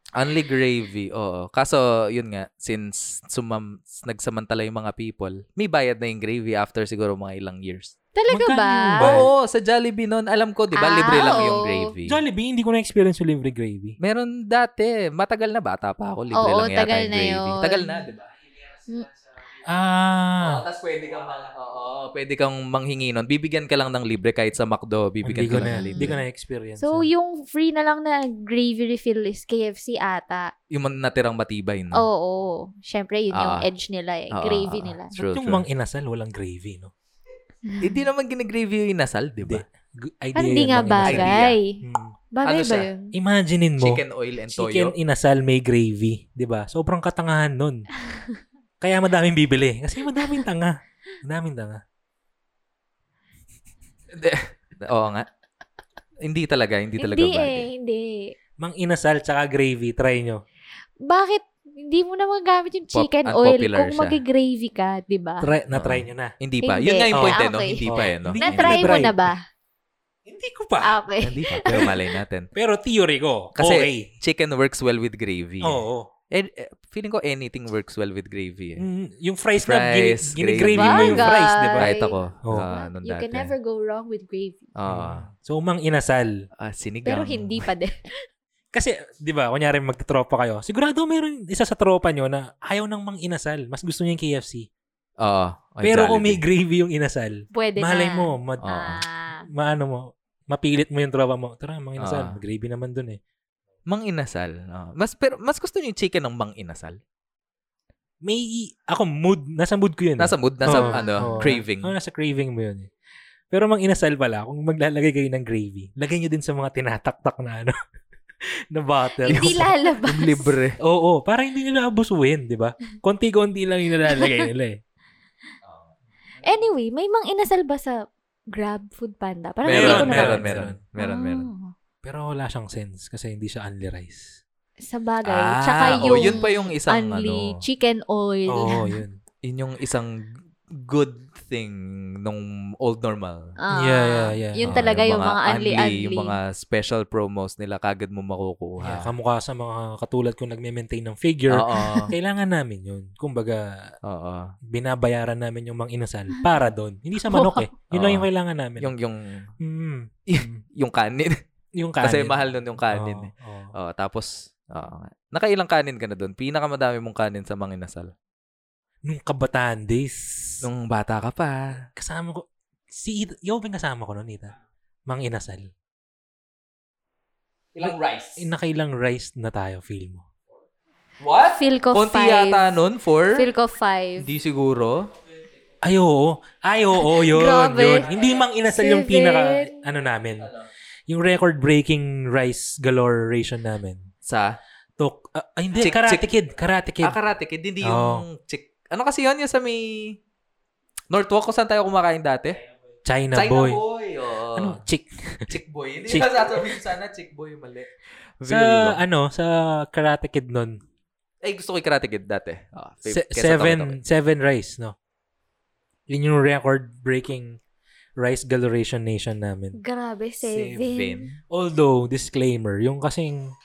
Only gravy, oo. Kaso, yun nga, since sumam, nagsamantala yung mga people, may bayad na yung gravy after siguro mga ilang years. Talaga Magkano ba? yung ba? Oo, sa Jollibee noon, alam ko, di ba, Ah, libre lang yung oo. gravy. Jollibee, hindi ko na-experience yung libre gravy. Meron dati, matagal na bata pa ako, Oo, libre lang yata tagal yung na gravy. yun. Tagal na, di ba? Ah. tapos pwede kang, mang- oo, pwede kang manghingi nun. Bibigyan ka lang ng libre kahit sa McDo, bibigyan Hindi ka ko na, lang ng hindi ko libre. na-experience. So, yung free na lang na gravy refill is KFC ata. Yung man- natirang matibay, no? Oo. Siyempre, yun yung Mm. Ah. edge nila eh. Ah, gravy ah, nila. ah, Ba't True, yung true. mang inasal, walang gravy, no? Hindi naman ginagravy yung inasal, di ba? G- idea Parang Ah, hindi yun nga ng inasal. ba? bagay. Mm. Bagay Ano ba siya? yun? Imaginein mo, Chicken oil and toyo. chicken inasal may gravy, 'di ba? Sobrang katangahan nun. Kaya madaming bibili kasi madaming tanga. Madaming tanga. Oo nga. Hindi talaga, hindi talaga Hindi bagay. eh, hindi. Mang inasal tsaka gravy, try nyo. Bakit hindi mo na magamit yung Pop- chicken oil unpopular kung siya. mag-gravy ka, di ba? Try, na-try nyo na. Hindi pa. Hindi. Yun nga yung Oh, point eh, ah, no? okay. Hindi pa eh, no? Oh, hindi Na-try mo Na-try. na ba? Hindi ko pa. Ah, Okay. Hindi pa. Pero malay natin. Pero theory ko, Kasi- okay. Chicken works well with gravy. Oo. And, eh, feeling ko anything works well with gravy. Eh. Mm, yung fries, na, gini, Fries, gini-gravy gravy. mo yung fries, di ba? Bagay. Right ako. Oh. ah, nung you dati. can never go wrong with gravy. Ah, So, mang inasal. ah, sinigang. Pero hindi pa din. Kasi, di ba, kunyari magtropa kayo, sigurado meron isa sa tropa nyo na ayaw ng mang inasal. Mas gusto niya yung KFC. Oo. o Pero kung may Ah, Jollibee. gravy yung inasal, Pwede malay na. mo, ma, Oo. Ah. maano mo, mapilit mo yung tropa mo. Tara, mga inasal. Ah. gravy naman dun eh. Mang inasal. oo. Mas, pero, mas gusto niyo yung chicken ng mang inasal? May, ako mood, nasa mood ko yun. eh. Nasa mood, nasa Oo, ano, oo. craving. Oh, nasa craving mo yun eh. Pero mang inasal pala, kung maglalagay kayo ng gravy, lagay nyo din sa mga tinataktak na ano, na bottle. Hindi lalabas. Yung libre. Oo, para hindi nila abusuin, di ba? Konti-konti lang yung nilalagay nila eh. Anyway, may mang inasal ba sa Grab Food Panda? Parang hindi ko Meron, na- meron, meron, meron. Meron, meron. Ah, Pero wala siyang sense kasi hindi siya only rice. Sa bagay. Ah, Tsaka oh, yung yun pa yung isang only ano. chicken oil. Oo, yun. Yun yung isang good thing nung old normal. Ah, Yeah, yeah, yeah. Yun Ah, talaga yung, mga unli, only-only. Yung mga special promos nila kagad mo makukuha. Yeah, kamukha sa mga katulad kong nagme-maintain ng figure, Oo. kailangan namin yun. Kumbaga, Oo. binabayaran namin yung mang inasal para doon. Hindi sa manok eh. Yun lang Ah. Oo. yung kailangan namin. Yung, yung, Mm. yung kanin. yung kanin. Kasi mahal nun yung kanin. eh. Oo, oo. Oo, tapos, oo nga. nakailang kanin ka na doon? Pinakamadami mong kanin sa manginasal. Nung kabataan days, Nung bata ka pa. kasama ko, si Ita, Yobeng kasama ko noon, Ita. Mang inasal. Ilang rice? Eh, Nakailang rice na tayo, feel mo. What? Feel ko Konti five. yata nun for? Feel ko five. Hindi siguro. Ay, oo. Ay, oo, yun. Grabe. yun. Hindi mang inasal yung Seven. pinaka, ano namin. Yung record-breaking rice galore ration namin. Sa? Tok, ah, ay, hindi, Chick- Karate chick- Kid, Karate Kid. Ah, karate kid. Oo. Hindi yung chick. Ano kasi yun? Yung sa may... Northwalk, kung saan tayo kumakain dati? China, China Oh, Boy. oo. Ano, chick. Chick boy. Hindi Chick- na sasabihin sana chick boy. Mali. Sa, Villa. ano, sa Karate Kid nun, Ay, gusto ko yung karate kid dati. Ah, fav- se- kesa seven, tama-tama. seven rice, no? Yun yung record-breaking rice galoration nation namin. Grabe, seven. Seven. Although, disclaimer, yung kasing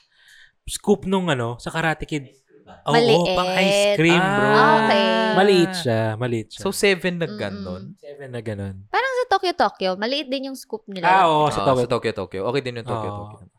scoop nung ano, sa Karate Kid. Ah, Oo, Maliit. pang ice cream, bro. Ah, okay. Maliit siya, maliit siya. So, seven na ganun. seven na ganun. Parang sa Tokyo, Tokyo. Maliit din yung scoop nila. Ah, oo, sa Ah, Tokyo. Ah. Tokyo, Tokyo. Okay din yung Tokyo, Oo. Tokyo. Ano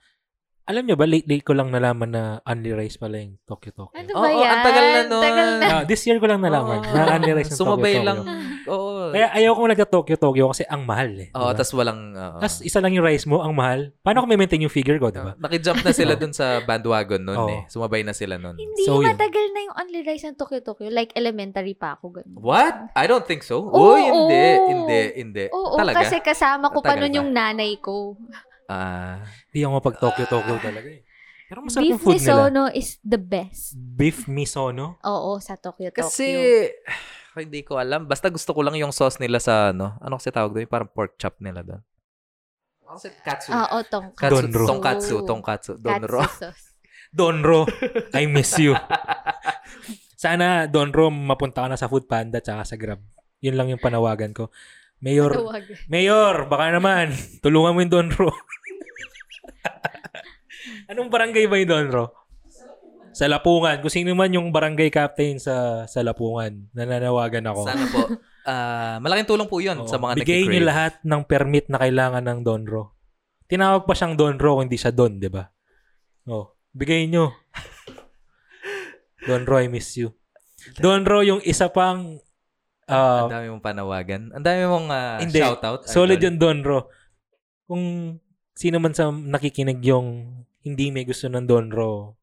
Alam nyo ba, late-late ko lang nalaman na Only Rice pala yung Tokyo Tokyo. Ano Oo, ba oo, yan? ang tagal na nun. Tagal na. Ah, Ah, this year ko lang nalaman Oo. na Only Rice yung Sumabay Tokyo lang. Tokyo. Oo. Kaya ayaw kong nagka-Tokyo Tokyo kasi ang mahal eh. diba? Oo, tas walang... oo. Tas isa lang yung rice mo, ang mahal. Paano ko may maintain yung figure ko, Oo. diba? Nakijump na sila dun sa bandwagon nun Oo. eh. Sumabay na sila nun. Hindi, So, yun. matagal na yung only rice ng Tokyo, Tokyo. Like, elementary pa ako. Ganun. What? I don't think Ah. so. Oo. Uy, hindi, hindi, hindi. Oo, Talaga? kasi kasama ko pa Matagal nun pa. yung nanay ko. Ah, Hindi ako mapag Tokyo Tokyo talaga eh. Pero masarap Beef yung food nila. Misono is the best. Beef misono. Oo, sa Tokyo, kasi... Tokyo. ah, hindi ko alam. Basta gusto ko lang yung sauce nila sa ano. Ano kasi tawag doon? Yung Parang pork chop nila doon. Ano kasi katsu? Oo, tong katsu Donro. Tongkatsu. Tongkatsu. Donro. Ah, Oh. katsu sauce. Donro, I miss you. Sana, Donro, mapunta ka na sa Food Panda tsaka sa Grab. Yun lang yung panawagan ko. Mayor, Tawag. Mayor, baka naman, tulungan mo yung Donro. Anong barangay ba yung Donro? Sa Lapungan. Kung sino man yung barangay captain sa sa Lapungan, nananawagan ako. Sana po. Ah, malaking tulong po yun Oo. sa mga Bigay niyo nagki-crave. lahat ng permit na kailangan ng Donro. Tinawag pa siyang Donro kung hindi siya Don, di ba? Oh, bigay niyo. Donro, I miss you. Donro, yung isa pang Ang uh, dami mong panawagan. Ang dami mong ah, Hindi. shoutout. solid Idol. yung Donro. Kung sino man sa nakikinig yung hindi may gusto ng Donro.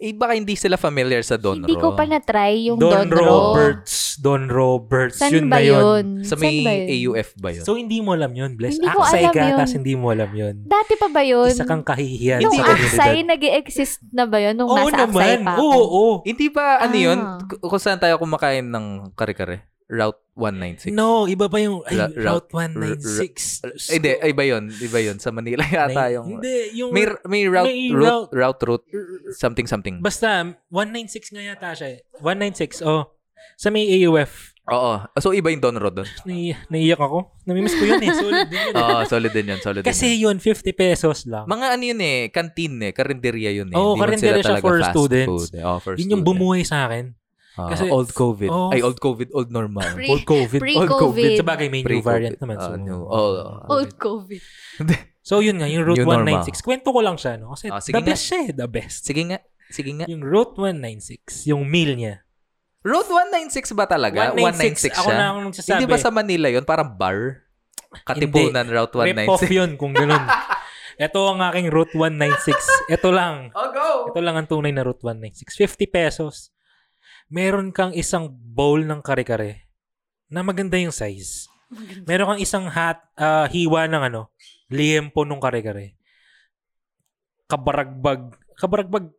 Eh, baka hindi sila familiar sa Donro. Hindi ko pa na-try yung Don, Roberts. Don Roberts. San yun ba na yun. yun? Sa Saan may ba yun? AUF ba yun? So, hindi mo alam yun, Bless. Hindi ko Aksay alam ka, yun. tas hindi mo alam yun. Dati pa ba yun? Isa kang kahihiyan Yung sa komunidad. Aksay, nag exist na ba yun? Nung nasa Aksay pa ako? Oo, oo. hindi ba ano yun? Ah. K- Kung saan tayo kumakain ng kare-kare? Route 196? No, iba pa yung ay, Ra- ra- Route 196. Ay, Hindi, ay ba yun? Eh, Iba yun. Sa Manila yata Nine- yung... Hindi, yung... May, may route, May route, route, route, something, something. basta, 196 nga yata siya eh. 196, oh. Sa may AUF. Oo. So, iba yung Donro doon. Nai- naiyak ako. Namimiss ko yun eh. Solid din yun. eh. Oo, solid din yun, solid Kasi Ah, din yun. yun, 50 pesos lang. Mga ano yun eh, canteen eh, karinderya yun eh. Oo, Hindi man sila karinderya siya talaga for fast students. Food, eh. Oo, for yun yung students. bumuhay sa akin. Ah, Kasi- old COVID. Oh. Ay, old COVID, old normal. Pre- Old COVID. pre- Old Pre-COVID. Sa bagay, may new Pre-COVID. variant naman. Ah, So, new- oh, oh. Old COVID. so yun nga, yung Route New normal. 196. Kwento ko lang siya, no? Kasi Ah, sige the nga. best siya eh, the best. Sige nga, sige nga. Yung Route 196, yung meal niya. Road 196 ba talaga? 196. 196, Ako siya? na akong nagsasabi. Hindi ba sa Manila yon Parang bar? Katipunan Route Rip-off 196. yun kung ganun. Ito ang aking Route 196. Ito lang. Oh, go! Ito lang ang tunay na Route 196. 50 pesos. Meron kang isang bowl ng kare-kare na maganda yung size. Meron kang isang hat, ah, hiwa ng ano, liempo nung kare-kare. Kabaragbag. Kabaragbag.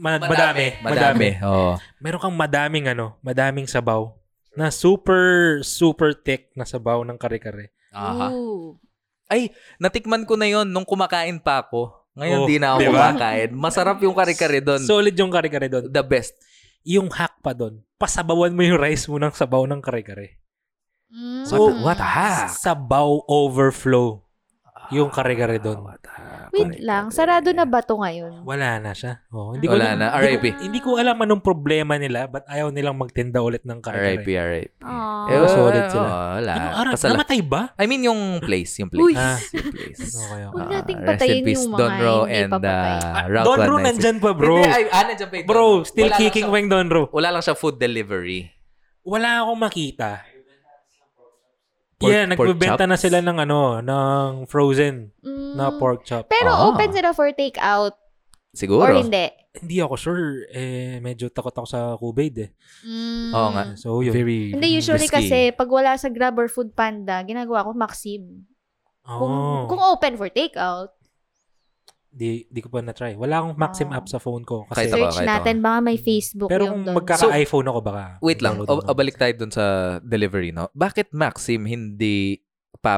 Ma- madami. Madami. Oo. meron kang madaming ano, madaming sabaw na super super thick na sabaw ng kare-kare. Aha. Ooh. Natikman ko na yon nung kumakain pa ako. Ngayon Oh, di na ako diba? kumakain. Masarap yung kare-kare doon. Solid yung kare-kare doon. The best. Yung hack pa doon, pasabawan mo yung rice mo ng sabaw ng kare-kare. Mm. So, what the heck? Sabaw overflow. Yung kare-kare doon. Wait lang, sarado na ba to ngayon? Wala na siya. Oh, hindi ko, Wala na. Hindi, RIP. hindi ko alam anong problema nila but ayaw nilang magtinda ulit ng RIP, kare-kare. RIP. Aww. Eh, solid sila. oo, Oh, Wala. Ano, ara, Ah, Kasala- namatay ba? I mean, yung place. Yung Uy. place. Ah. Yung place. Okay, okay. Huwag nating Ah, patayin rest in peace, yung mga Don Ro hindi and papatay. uh, Route Ah, Don Ro 196. nandyan pa, bro. Hindi, ay, ah, nandyan pa yung Don Ro. Bro, still Wala lang kicking siya- wing Don Ro. Wala lang siya food delivery. wala akong makita. Pork- yeah, pork nagbebenta na chops? sila ng ano, ng frozen Mm. na pork chop. Pero Ah. open sila for takeout Siguro. or hindi. Hindi ako sure. Eh, medyo takot ako sa COVID eh. Mm. Oo nga. So, yun. Very Hindi, usually risky. kasi pag wala sa Grab or Food Panda, ginagawa ko Maxim. Oh, Kung, kung open for takeout, di, di ko pa na-try. Wala akong Maxim Ah. app sa phone ko. Kasi, Kahit ako. search natin, baka may Facebook pero kung yung doon. magkaka-iPhone ako baka. Wait lang, download o, ako. abalik tayo dun sa delivery, no? Bakit Maxim, hindi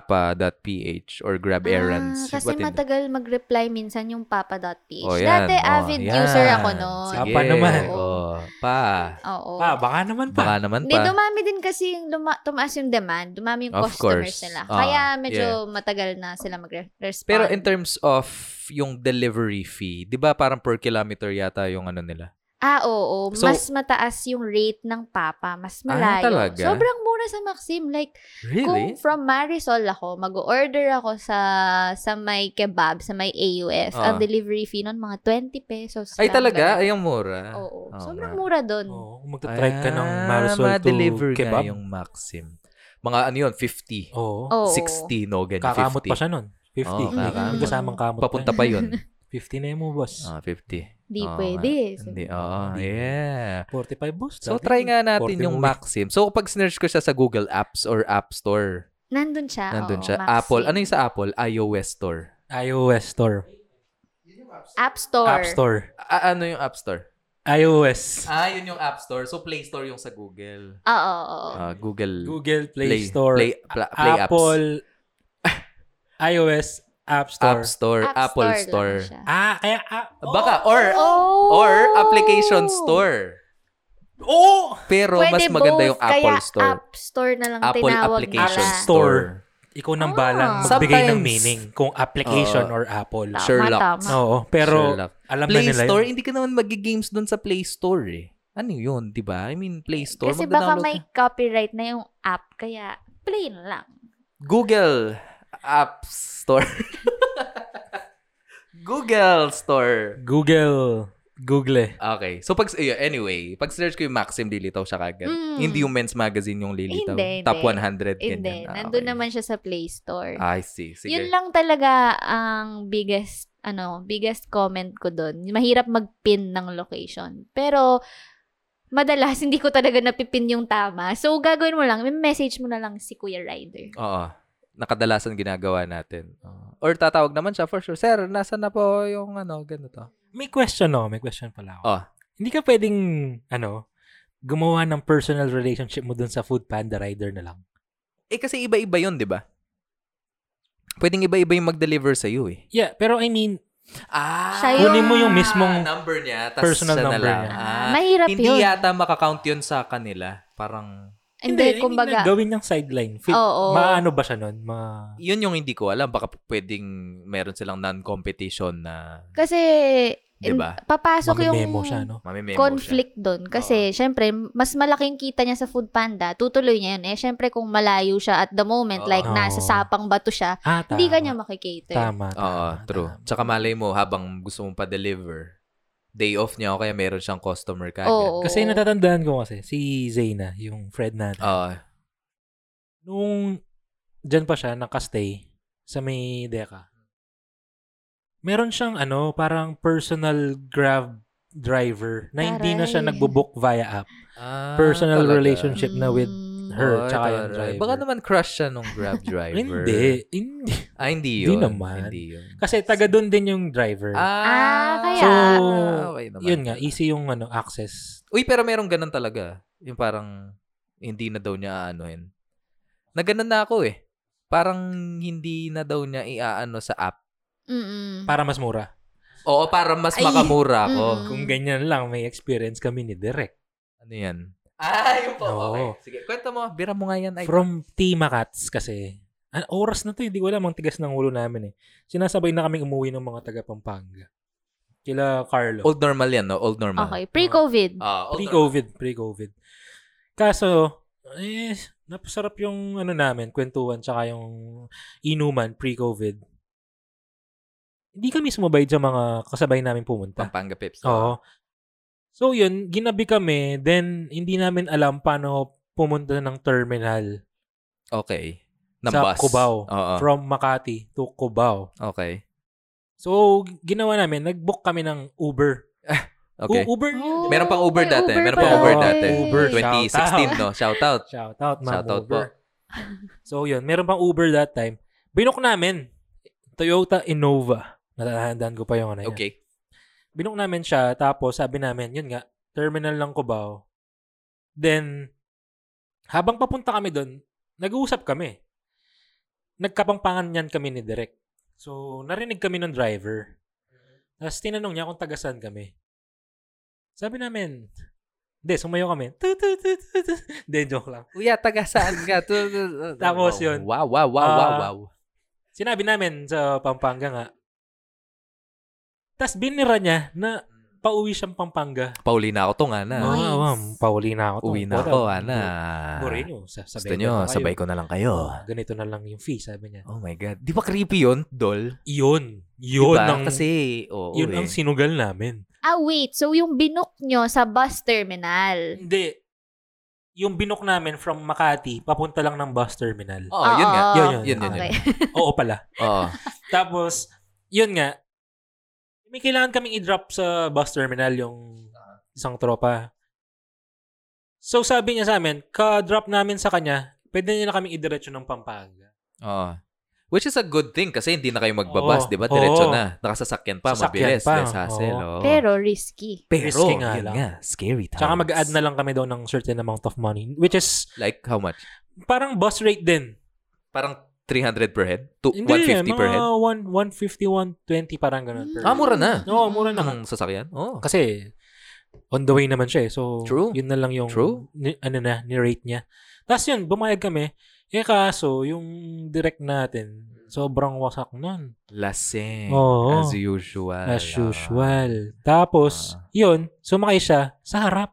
papa.ph or grab errands? Ah, kasi What in- matagal mag-reply minsan yung papa.ph. Oh, yan. Dati Oh, avid yan. user ako noon. Sige. Pa naman. Oh, pa. Oo. Pa, Ah, baka naman pa. Baka naman Hindi, pa. dumami din kasi yung luma- tumaas yung demand. Dumami yung Of customers course. nila. Ah, Kaya medyo matagal na sila mag-respond. Pero in terms of yung delivery fee, di ba parang per kilometer yata yung ano nila? ah, oo. So- Ah, mas mataas yung rate ng papa. Mas malayo. talaga? Sobrang mura sa Maxim. Like, Kung from Marisol ako, mag-order ako sa sa may kebab, sa may AUF. Ang Ah. delivery fee nun, mga 20 pesos. Ay lang talaga? Ah. Oh, ba? Ay, ang mura. Oo. Oo Sobrang nga. mura doon. Oh. Oo, kung magta-try ka ng Ah, Marisol ma-deliver to kebab. na yung Maxim. Mga ano yun, 50. Oo. Oo. 60, no? Ganyan, kakamot 50. pa siya nun. 50. Oo, May- kakamot. May kasamang kamot Oh, Papunta pa. pa yun. 50 na yun mo, boss. Ah, 50. Di Oo pwede. nga. Hindi, oo. Yeah. 45, boss. So, Dati try yun. nga natin 40 yung muna. Maxim. So, pag sinerge ko siya sa Google Apps or App Store, Nandun siya. Ah, nandun oo, siya. Maxim. Apple. Ano yung sa Apple? iOS Store. iOS Store. App Store. App Store. A- ano yung App Store? iOS. Ah, yun yung App Store. So, Play Store yung sa Google. Oo, oo, oo. Ah, Google. Google Play, Store. Play, pla- Play Apps. Apple. iOS App Store. App Store. Apple lang Store. siya. Ah, kaya... Ah, oh, Baka, or, Oh! or application store. Oh! Pero mas Pwede maganda both, yung Apple kaya Store. App Store na lang Apple tinawag application nila. Store. Ikaw nang balang Ah. magbigay ng Sometimes- meaning kung application Oo. or Apple. Tama, Sherlock. tama. Oo, pero Sherlock. alam Play na nila Store, yun. hindi ka naman magigames doon sa Play Store eh. Ano yun, di ba? I mean, Play Store. Kasi baka magda-download may ka. copyright na yung app, kaya plain lang. Google App Store. Google Store. Google. Google. Okay. So, pag, eh, anyway, pag search ko yung Maxim, lilitaw siya kagad. Mm. Hindi yung Men's Magazine yung lilitaw. Hindi, Top hindi. 100. ganyan. Hindi, Ah, nandun okay. naman siya sa Play Store. I see. Sige. Yun lang talaga ang biggest ano, biggest comment ko doon. Mahirap mag-pin ng location. Pero madalas hindi ko talaga napipin yung tama. So gagawin mo lang, message mo na lang si Kuya Rider. Oo. Nakadalasan ginagawa natin. Oo. or tatawag naman siya for sure. Sir, nasa na po yung ano, ganito. May question, no? May question pala ako. Oh. Hindi ka pwedeng, ano, gumawa ng personal relationship mo dun sa Food Panda Rider na lang. Eh kasi iba-iba yun, di ba? Pwedeng iba-iba yung mag-deliver sa'yo eh. Yeah, pero I mean, Ah! Siya yun. Kunin mo yung mismong number niya, tas personal siya na number lang. niya. Ah, Mahirap hindi yun. yata makakount yun sa kanila. Parang, Hindi, I mean, na- kumbaga. gawin niyang sideline. Fit, Oo. Maano ba siya nun? Ma... yun yung hindi ko alam. Baka pwedeng meron silang non-competition na, Kasi di ba? papasok yung mamimemo siya, no? Mamimemo siya. conflict doon kasi syempre mas malaking kita niya sa Food Panda, tutuloy niya yun. Eh syempre kung malayo siya at the moment Oo. like nasa Oo. sapang bato siya, Ah, tama. hindi kanya makikater. Ah, Tama, tama. Oo, true. tama. Tsaka malay mo, habang gusto mong pa-deliver, day off niya o kaya meron siyang customer kagad. Oo. Kasi natatandaan ko kasi, si Zayna, yung Fred natin. Ah, Nung dyan pa siya, nakastay sa may deka, meron siyang ano, parang personal grab driver na hindi na siya Taray. nagbo-book via app. ah, Personal talaga. relationship na with Mm. her Ay, tsaka yung taray. driver. Baka naman crush siya nung Grab driver. Hindi. Hindi. Ah, hindi Hindi yun. naman. Hindi yun. Kasi taga doon din yung driver. Ah, kaya. So, Ah, okay naman. yun nga, easy yung ano access. Uy, pero merong ganun talaga. Yung parang hindi na daw niya aanuhin. Na ganun na ako eh. Parang hindi na daw niya iaano sa app. Mm-mm. Para mas mura. Oo, para mas Ay, makamura ako. mm. Kung ganyan lang, may experience kami ni Direk. Ano yan? Ah, yun po. Oo. Okay. Sige, kwento mo. Bira mo nga yan. Ay, From Team Makats kasi, ang oras na to, hindi ko alam, ang tigas ng ulo namin eh. Sinasabay na kaming umuwi ng mga taga Pampanga. Kila Carlo. old normal yan, no? Old normal. Okay, pre-COVID. Ah, old Pre-COVID, pre-COVID. Kaso, eh, napasarap yung ano namin, kwentuhan, tsaka yung inuman pre-COVID. Hindi kami sumabay sa mga kasabay namin normal. pumunta. Pampanga Pips. Oo. So yun, ginabi kami, then hindi namin alam paano pumunta ng terminal Okay. Ng Sa bus. Cubao. Oo. from Makati to Cubao. Okay. So, ginawa namin, nag-book kami ng Uber. Okay. U- Uber yun. Oh, Meron pang may Uber dati. Uber Meron pang pala. Uber Oo, dati. Uber. 2016, no? Shout out. Shout out, ma'am Shout out po. Uber. so, yun. Meron pang Uber that time. Binook namin. Toyota Innova. Natahandaan ko pa yung ano yan. Okay. Binook namin siya. Tapos, sabi namin, yun nga, terminal ng Cubao. Then, habang papunta kami doon, nag-uusap kami. Nagkapangpangan niyan kami ni Direk. So, narinig kami ng driver. Tapos, tinanong niya kung taga saan kami. Sabi namin, hindi, sumayo kami. Tut, tut, tut, tut, tut. Hindi, joke lang. Kuya, taga saan ka? Tapos yun. Wow, wow, wow, wow, Ah, wow. Sinabi namin sa Pampanga nga. Tapos, binira niya na pauwi siyang Pampanga. Pauli na ako to nga na. Ah, Nice. wow, ma'am, pauli na ako. to. Uwi na Wala. ako, ana. Bore nyo, sa, sabay Gusto nyo, na kayo. sabay ko na lang kayo. Ah, ganito na lang yung fee, sabi niya. Oh my God. Di ba creepy yun, doll? Iyon. Yun diba? ang, Kasi, oo yun eh. ang sinugal namin. Ah, wait. So, yung binook nyo sa bus terminal. Hindi. Yung binok namin from Makati, papunta lang ng bus terminal. Oo, Oh, yun nga. Oo. Ah, Yun, yun, Yun, Oh, yun, Okay. yun. Oo pala. Oo. Tapos, yun nga, may kailangan kaming i-drop sa bus terminal yung isang tropa. So, sabi niya sa amin, ka-drop namin sa kanya, pwede niya na kaming idiretso ng Pampanga. Oo. oh. Which is a good thing kasi hindi na kayo magbabas, Oo. di ba? Diretso Oo. na. Nakasasakyan pa, Sasakyan mabilis. pa, Less hassle. oo. Pero risky. Pero, Risky nga yun lang. nga. Scary times. Tsaka mag-add na lang kami daw ng certain amount of money, which is Like, how much? parang bus rate din. Parang 300 per head? To, Hindi, 150 mga per head? 1, 150, 120, parang ganun. Per Ah, mura na. Oo, Oh. mura na. Ang sasakyan? Oo. Kasi, on the way naman siya eh. So, True. yun na lang yung, True. Ni, ano na, ni-rate niya. Tapos yun, bumayag kami. Eh, kaso, yung direct natin, sobrang wasak nun. Lasing. Oo. As usual. As usual. Tapos, Ah. yun, sumakay siya sa harap.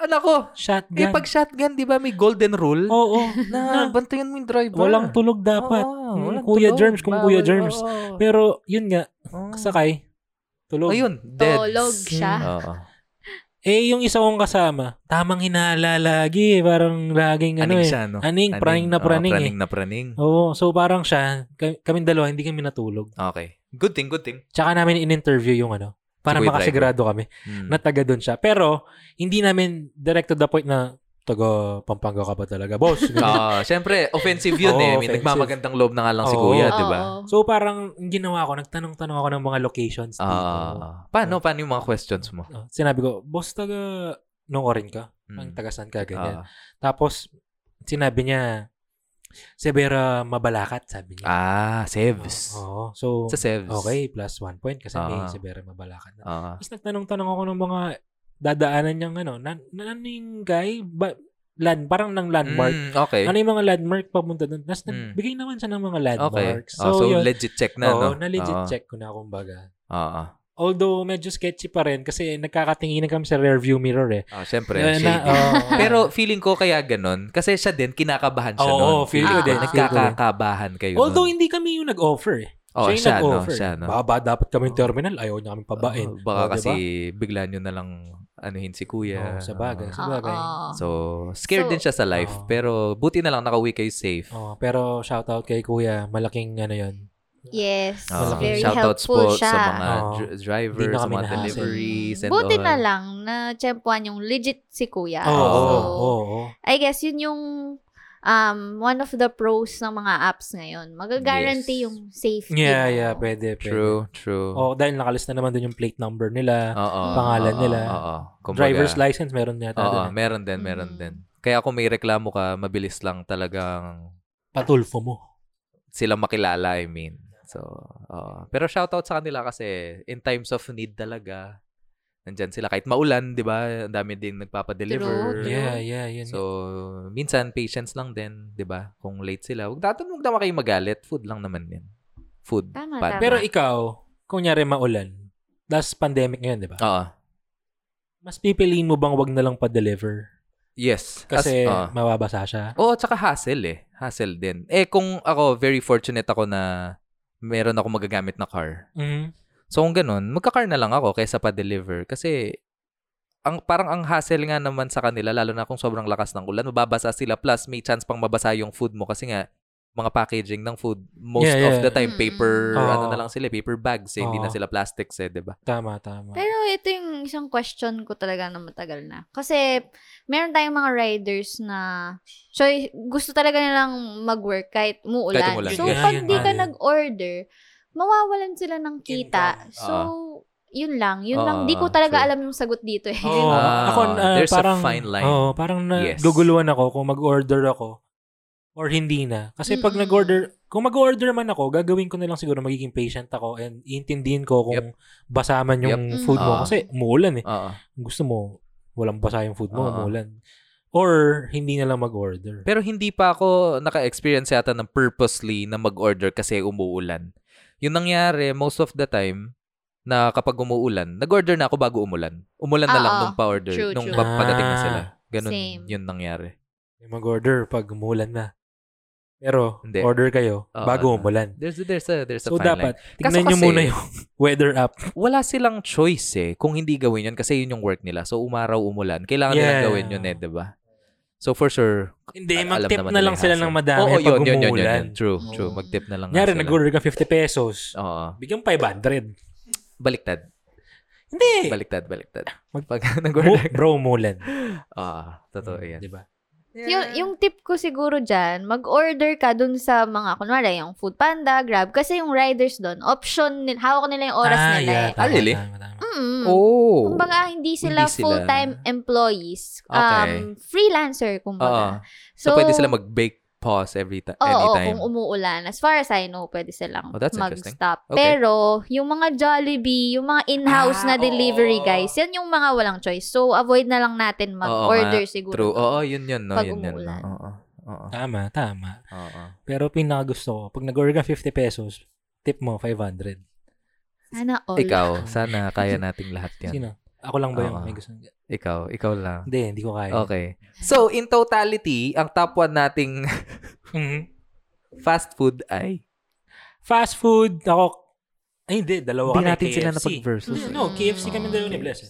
Anak ko, eh Shotgun. pag shotgun, di ba may golden rule? Oo. Na, bantayan mo yung driver. Oh. walang tulog dapat. Diba? Oo, Hmm, walang Kuya tulog. Germs, kung Bawal, Kuya Germs. oo. Pero, yun nga, Oo. sakay. Tulog. Ayun, dead. Hmm. Tulog siya. Oo. Eh, yung isa kong kasama, tamang hinala lagi. Parang laging ano Aning eh. siya, no? Aning, praning na oo, praning, eh. na praning. Oo, so parang siya, kami kaming dalawa, hindi kami natulog. Okay. Good thing, good thing. Tsaka namin in-interview yung ano, para Si Kuya makasigurado kami Hmm. na taga doon siya. Pero, hindi namin direct to the point na, taga Pampanga ka ba talaga, boss? Ganun. Ah, syempre, offensive yun Oo, eh. offensive. May nagmamagandang loob na nga lang si Oo. Kuya, Oo. di ba? so, parang ang ginawa ko, nagtanong-tanong ako ng mga locations dito. Ah, paano, paano yung mga questions mo? Oh, sinabi ko, boss, taga Nongorin ka? Ang Hmm. taga saan ka? Ganyan. Ah. Tapos, sinabi niya, Severa Mabalakat, sabi niya. Ah, Sevs. Oo. So, Sa Sevs. oh. okay, plus one point kasi may Ah. Severa Mabalakat na. Ah. Tapos nagtanong-tanong ako ng mga dadaanan niyang ano, na, na, ano yung guy, ba, land, parang ng landmark. Mm, okay. Ano yung mga landmark papunta doon? Tapos Mm. nagbigay naman siya ng mga okay. landmarks. Ah, so, yun. legit check na, Oo, no? legit Ah, check ko na kumbaga. ah, ah. Although medyo sketchy pa rin kasi nagkakatinginan kami sa rearview mirror eh. Ah, syempre, Na- na- shady. oo. Pero feeling ko kaya ganun. Kasi siya din, kinakabahan siya Oo, nun. feel ko Feeling din, ko, feel ko din. Nagkakakabahan kayo although nun. hindi kami yung nag-offer eh. yung Oo, Oh, siya, no? nag-offer. Siya, no? Oh. Baba, dapat kami yung terminal. Ayaw niya kami pabain. Oo, baka Oo, kasi diba? bigla nyo na lang anuhin si Oo, kuya. sa bagay. Ah. Oo. Sa bagay. Oo. So, So- scared din siya sa life. Oo. Pero buti na lang nakauwi kayo safe. Oh, pero shoutout kay Kuya. Malaking ano yun. Yes. Oo. Malaki. very Shoutouts helpful po siya. sa mga Oo. dr- Hindi drivers, na sa kami mga nahasel. deliveries, and Buti all. na lang na tsempuan yung legit si kuya. Oo, oo, so, oo, oo. I guess yun yung um, one of the pros ng mga apps ngayon. Magagarantee Yes. yung safety. Yeah, mo. yeah, pwede, pwede. True, true. Oh, dahil nakalista naman dun yung plate number nila. Oo, Pangalan oo, nila. Oo. Ah, Kumbaga, Driver's license meron yata Oo, dun. eh. meron din, meron Mm. din. Kaya kung may reklamo ka, mabilis lang talagang Patulfo mo. sila makilala, I mean. So, oo. pero shoutout sa kanila kasi in times of need talaga, nandyan sila. Kahit maulan, di ba? Ang dami din nagpapadeliver. True, true. Yeah, yeah, yun. So, minsan, patience lang din, di ba? Kung late sila, huwag natin, huwag naman kayo magalit. Food lang naman yan. Food. Tama, Pan- tama. pero ikaw, kunyari maulan, last pandemic ngayon, di ba? Oo. Mas pipiliin mo bang wag na lang pa-deliver? Yes. As- ah. Kasi oo. mababasa siya. Oo, tsaka hassle eh. Hassle din. Eh, kung ako, very fortunate ako na meron ako magagamit na car. Mm. So, kung ganun, magka-car na lang ako kaysa pa-deliver. Kasi, ang parang ang hassle nga naman sa kanila, lalo na kung sobrang lakas ng ulan, mababasa sila. Plus, may chance pang mabasa yung food mo kasi nga, mga packaging ng food, most Yeah, yeah. of the time, Mm-mm. paper, Oo. ano na lang sila, paper bags eh. Hindi Oo. na sila plastics eh, di ba? Tama, tama. Pero ito yung isang question ko talaga na matagal na. Kasi meron tayong mga riders na so, gusto talaga nilang mag-work kahit umuulan. Kahit umuulan, So, yeah. pag Yun di nga, ka yun. nag-order, mawawalan sila ng kita. Income. So, yun lang. Yun Oo, lang. Di ko talaga Ah. true. alam yung sagot dito eh. Oo, Ah, ako, ah, there's a parang, fine line. Oo, parang Yes. naguguluhan ako kung mag-order ako or hindi na. Kasi pag Mm-mm. nag-order, kung mag-order man ako, gagawin ko na lang siguro magiging patient ako and iintindihin ko kung basa basaman yung Yep. food mo. Ah. Kasi umuulan eh. Oo. Gusto mo, walang basa yung food mo, Ah. umuulan. Or hindi na lang mag-order. Pero hindi pa ako naka-experience yata ng purposely na mag-order kasi umuulan. Yung nangyari, most of the time, na kapag umuulan, nag-order na ako bago umulan. Umulan na lang Oo. nung Ah, pa-order, True, nung true. pa- padating na sila. Ah. Ganun Same. yun nangyari. Mag-order pag umuulan na. Pero, Hindi. order kayo Oo, bago ano. umulan. There's, there's a, there's a So, fine dapat, line. Kaso tingnan nyo kasi- muna yung weather app. Wala silang choice eh kung hindi gawin yun kasi yun yung work nila. So, umaraw, umulan. Kailangan nilang Yeah. gawin yun eh, di ba? So, for sure, Hindi, al- alam mag-tip naman na nila lang yung sila hassle. ng madami Oo, pag yun, yun, yun, yun, umuulan. yun. True, true. Mm. Mag-tip na lang nga Kunyari, sila. nag-order ka 50 pesos. Oo. Bigyan 500. Baliktad. Hindi. Baliktad, baliktad. Eh, Mag- Oh. Pag Mu- nag-order bro, mulan. Ah, totoo yan. Diba? Yung, yung tip ko siguro dyan, mag-order ka dun sa mga, kunwari, yung Foodpanda, Grab. Kasi yung riders dun, option, nil- hawak nila yung oras nila eh. tama, Ah, really? tama, tama. Mm. Oh. Kumbaga, hindi sila, Hindi sila. full-time employees. Okay. Um, freelancer, Oo. kumbaga. Ah, So, pwede sila mag-bake pause every Oo, ti- anytime. kung umuulan. As far as I know, pwede silang Oh, that's interesting. mag-stop. Okay. Pero, yung mga Jollibee, yung mga in-house Ah, na delivery oo. guys, yan yung mga walang choice. So, avoid na lang natin mag-order siguro. True. Oo, yun yun. No? Pag yun yun. no? umuulan. Oo. Oo. Tama, tama. Oo. Pero pinakagusto ko, pag nag-order ka 50 pesos, tip mo 500. Sana all. Ikaw, sana kaya nating lahat yan. Sino? Ako lang ba yung Oo. may gusto? Hindi, Ikaw, ikaw lang. hindi ko kaya. Ah. Okay. So, in totality, ang top 1 nating Mhm. fast food ay Fast food, ako, ay hindi, dalawa hindi kami. natin sila KFC. napag-versus. Hindi, No, KFC kami Oo, dalawa ni KFC. Bless.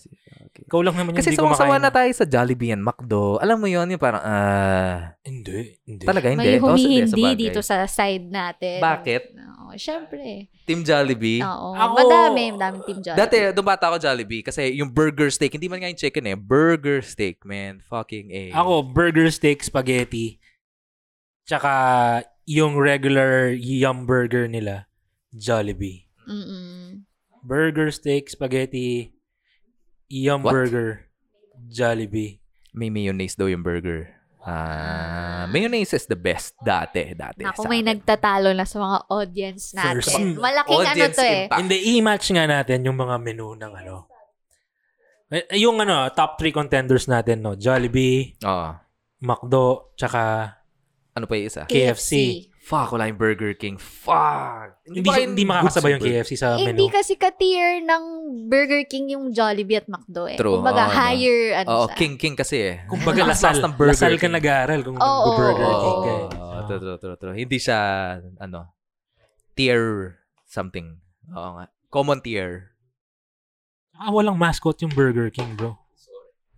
Okay. Ikaw lang naman yung Kasi hindi ko sawa-sawa makain. na tayo sa Jollibee and McDo. Alam mo yun, yung parang, ah, Hindi, hindi. talaga May hindi. Oh, sige, sa humihindi bagay. dito sa side natin. Bakit? Oo, syempre. Team Jollibee. Oo. Ako- madami, madami team Jollibee. Dati, nung bata ako Jollibee, kasi yung burger steak, hindi man nga yung chicken eh, burger steak, man. Fucking A. Ako, burger steak, spaghetti. Tsaka yung regular yum burger nila, Jollibee. Mm-mm. Burger steak, spaghetti, yum What? burger, Jollibee. May mayonnaise daw yung burger. Ah, mayonnaise is the best. Dati, dati. Ako sa may akin. nagtatalo na sa mga audience natin. First mm, Malaking Audience ano to eh. impact. Hindi, i-match nga natin yung mga menu ng ano. Eh, Yung ano, top 3 contenders natin, no? Jollibee, Oo. McDo, tsaka Ano pa yung isa? KFC. Fuck, wala yung Burger King. Fuck. hindi, ba siya- yun hindi good makakasabay yung burger? KFC sa hindi menu. kasi ka-tier ng Burger King yung Jollibee at McDo eh. True, Kumbaga, oo, no. higher ano Oo, siya. King King kasi eh. Kumbaga, Ang lasal, taas ng Burger lasal ka King. nag-aaral kung Oo, oh, burger oo, king oo. ka. eh. Oo, true, true, true, true. Hindi siya, ano, tier Something. Oo nga. Common tier. Ah, walang mascot yung Burger King, bro.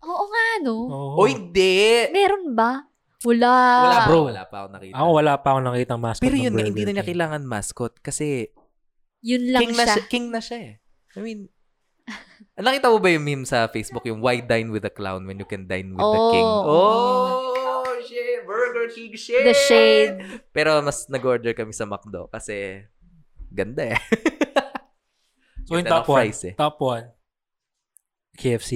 Oo nga, no? Oo. O hindi! Meron ba? Wala. Wala bro. bro. Wala pa ako nakita. Ako wala pa akong nakita mascot Ah. Pero ng yun, nga, hindi Burger na niya King. kailangan mascot kasi Yun lang king, siya. Na siya, king na siya eh. I mean, nakita mo ba yung meme sa Facebook, yung why dine with a clown when you can dine with the king? Oh. Oh, shit! Burger King shit! The shade. Pero mas nag-order kami sa McDo kasi ganda eh. So yung Ganda top 1, ng fries eh. top 1, KFC.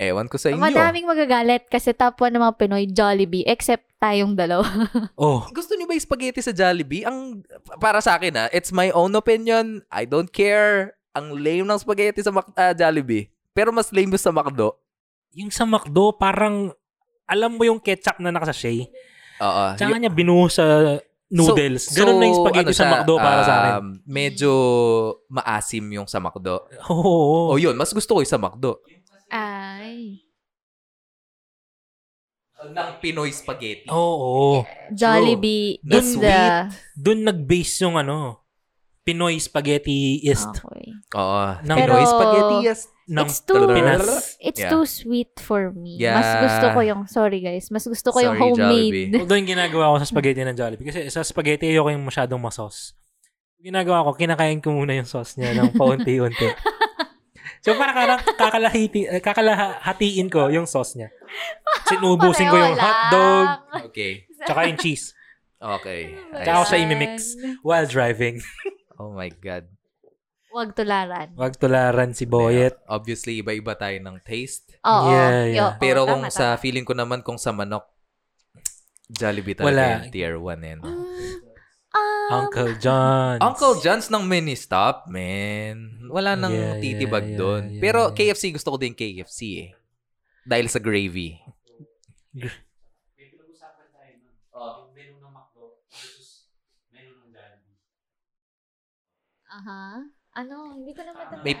Ewan ko sa inyo. Madaming magagalit kasi top 1 ng mga Pinoy, Jollibee, except tayong dalawa. Oh, Gusto niyo ba yung spaghetti sa Jollibee? Ang para sa akin ah, it's my own opinion. I don't care. Ang lame ng spaghetti sa Mac- ah, Jollibee. Pero mas lame yung sa McDo. yung sa McDo, parang alam mo yung ketchup na nakasashay. Oo. Tsaka niya binuhos sa noodles. So- Ganun na yung so, spaghetti ano sa siya, McDo para sa akin. um, Medyo maasim yung sa McDo. Oo. oo, oo. O yun, mas gusto ko yung sa McDo. Ay. Ng Pinoy spaghetti. Oh. Oo. Jollibee The in the... Doon nag-base yung ano, Pinoy Spaghetti East Ah. Okay. Oo. Ng- Pinoy Pero- spaghetti, yes. ng It's too... Pinas. It's Yeah. too sweet for me. Yeah. Mas gusto ko yung... Sorry guys. Mas gusto ko yung Sorry, homemade. Although yung ginagawa ko sa spaghetti ng Jollibee, kasi sa spaghetti ayoko yung masyadong masos. Yung ginagawa ko, kinakain ko muna yung sauce niya ng paunti-unti. so para karang kakalahati, eh, kakalahatiin ko yung sauce niya. Sinubusin ko yung Pareho hot dog, lang. Okay. tsaka yung cheese Okay. I Tsaka ako siya see. imimix. while driving. Oh my God. Huwag tularan. Wag tularan si Boyet. Obviously, iba-iba tayo ng taste. Oo. Yeah, yeah. oo, Pero kung tama, sa feeling ko naman kung sa manok, Jollibee Wala. talaga yung tier eh, 1 yan. tama. Mm, um, Uncle John. Uncle John's ng mini stop, man. Wala nang Yeah, yeah, titibag yeah, doon. yeah, yeah. Pero KFC gusto ko din KFC eh. Dahil sa gravy. Aha. Ano? Hindi ko na matandaan. May-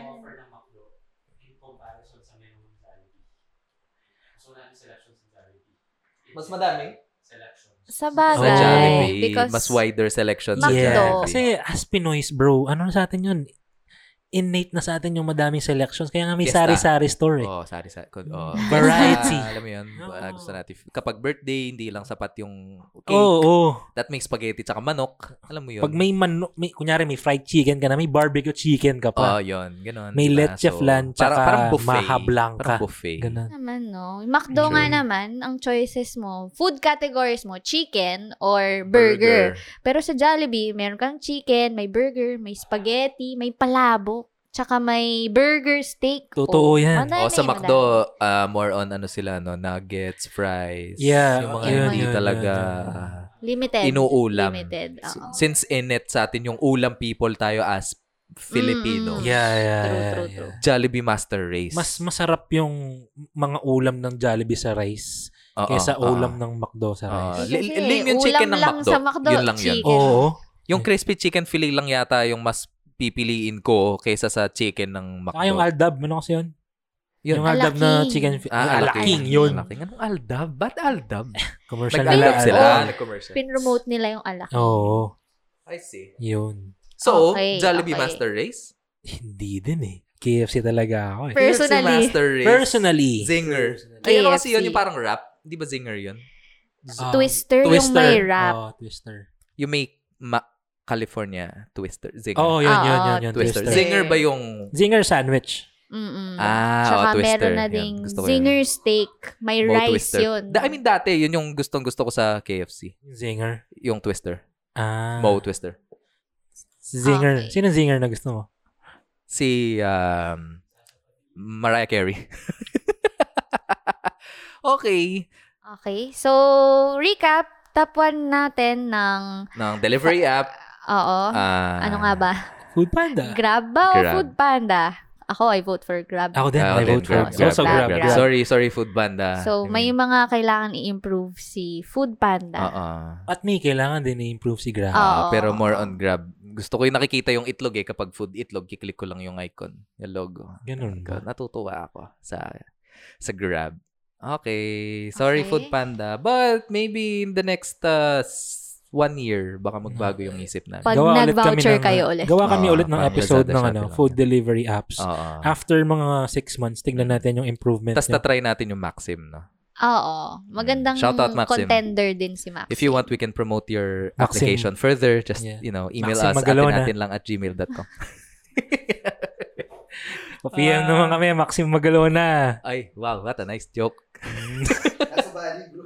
Mas madami? Sa Sa Bagay. Jollibee, Because mas wider selection sa McDo. Yeah. Jollibee. Kasi as Pinoys, bro, ano na sa atin yun? Innate na sa atin yung madaming selections. Kaya nga may Fiesta. sari-sari store eh. Oh, sorry, sorry. Oh. Variety. Ah, alam mo yun, wala Oo. gusto natin. Kapag birthday, hindi lang sapat yung cake. Oo, oo. That may spaghetti tsaka manok. Alam mo Oh, yun. Pag may manok, may, kunyari may fried chicken ka na, may barbecue chicken ka Oh, pa. yun. Ganun. May diba? leche flan tsaka maha blanca. Parang buffet. Ganun. Ano Naman, no? Sure. McDo nga naman, ang choices mo, food categories mo, chicken or burger. Pero sa Jollibee, meron kang chicken, may burger, may spaghetti, may palabok, tsaka may burger steak. Totoo yan. madami, O Oh, sa madami. McDo, ah, more on ano sila, no? Nuggets, fries. Yeah, Yung mga yun, hindi yun, yun, talaga yun. ah, Limited. inuulam. Limited, oo. S- Since init sa atin yung ulam people tayo as Mm. Filipino. Yeah, yeah, True, yeah, true, yeah. true. Jollibee Master Race. Mas masarap yung mga ulam ng Jollibee sa rice Oo, kaysa oo. ulam ng McDo sa rice. Ah, Eh, li- kasi lame yung chicken ulam ng lang McDo. sa McDo, Yun lang yun. chicken. Oo. Yung crispy chicken fillet lang yata yung mas pipiliin ko kaysa sa chicken ng McDo. Saka yung Aldab, ano kasi yun? Yun. Yung Aldab na Alaking. chicken, fi- Ah, yung alaking. alaking, yun. Alaking. Anong aldab? Ba't aldab? Commercial na Nag-alab lang. sila. Oo. Nag-commercial. Pinromote nila yung alak. Oo, I see. yun. So, Okay, Jollibee okay. Master Race? Hindi din eh. KFC talaga ako eh. Personally. KFC Master Race. Personally. Zinger. Personally. Ayun ano kasi yun, KFC. yung parang rap. Di ba zinger yun? Ah, Twister, yung Twister. Oh. may wrap. Oo, Twister. Yung may ma- California Twister. Zinger. Oo, yun, yun, yun, yun. Twister. Oh, Twister. Zing- Zinger ba yung... Zinger sandwich. Mm-mm. Ah, Mm. Tsaka oh, Twister. meron na Yan, ding gusto ko yun. zinger steak. May Mo rice Twister. yun. Da- I mean, dati, yun yung gustong gusto ko sa KFC. Zinger. Yung Twister. Ah. Mo Twister. Zinger. Ah, Okay. Sino zinger na gusto mo? Si um, Mariah Carey. okay. Okay. So, recap. Top 1 natin ng, Ng delivery app. oo, ah, ano nga ba? Food Panda. Grab ba o Grab. Food Panda? Ako, I vote for Grab. Ako din, Ah, I then vote for Grab, Grab, Also Grab. Grab, Ah. Grab. Sorry. Sorry, sorry, Food Mm. Banda. so, may mga kailangan i-improve si Food Panda. Oo. At me, kailangan din i-improve si Grab. Ah. Ah, Oo. pero more on Grab. Gusto ko yung nakikita yung itlog eh. Kapag food itlog, kiklik ko lang yung icon. Yung logo. Ganun ba? Ko- Natutuwa ako sa sa Grab. Okay. Sorry, Okay. Food Panda. But maybe in the next uh, s- one year, baka magbago yung Hmm. isip namin. Pag Gawa ulit nag-voucher kami ng- kayo ulit. Gawa kami Oo, ulit ng parang episode Lazada ng shopping ano, lang food delivery apps. Oo. After mga six months, tignan natin yung improvement. Tapos niya. tatry natin yung Maxim, no? Oo. Magandang Shout out, Maxim. contender din si Max. If you want, we can promote your Maxim. application further. Just, Yeah. you know, email Maxim us Magalona. atin natin lang at gmail.com. PM naman kami, Maxim Magalona. Ay, wow, what a nice joke. Nasa Bali, bro.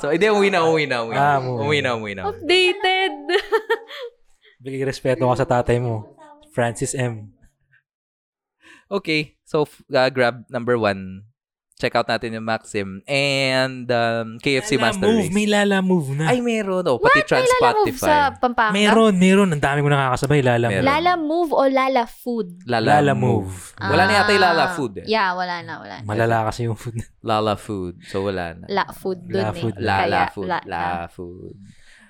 So, hindi, umuwi na, umuwi na, umuwi na. Ah, umuwi. umuwi na, umuwi na. Updated! Bigay respeto ka sa tatay mo. Francis M. Okay, so f- uh, grab number one. Check out natin yung Maxim and um, KFC Lala Master move, Race. may lala move na. Ay, meron. Oh, Lala move pati sa Transpotify. Pampanga? meron, meron. Ang dami ko nakakasabay, lala move. Meron. Lala move o Lala food? Lala, Lala Move. move. Wala na yata yung Lala Ah, Food eh. Yeah, wala na, wala na. Malala kasi yung food. Lala Food. So, wala na. La food dun La eh. food. Lala Kaya, Food. la- ah. Lala Food.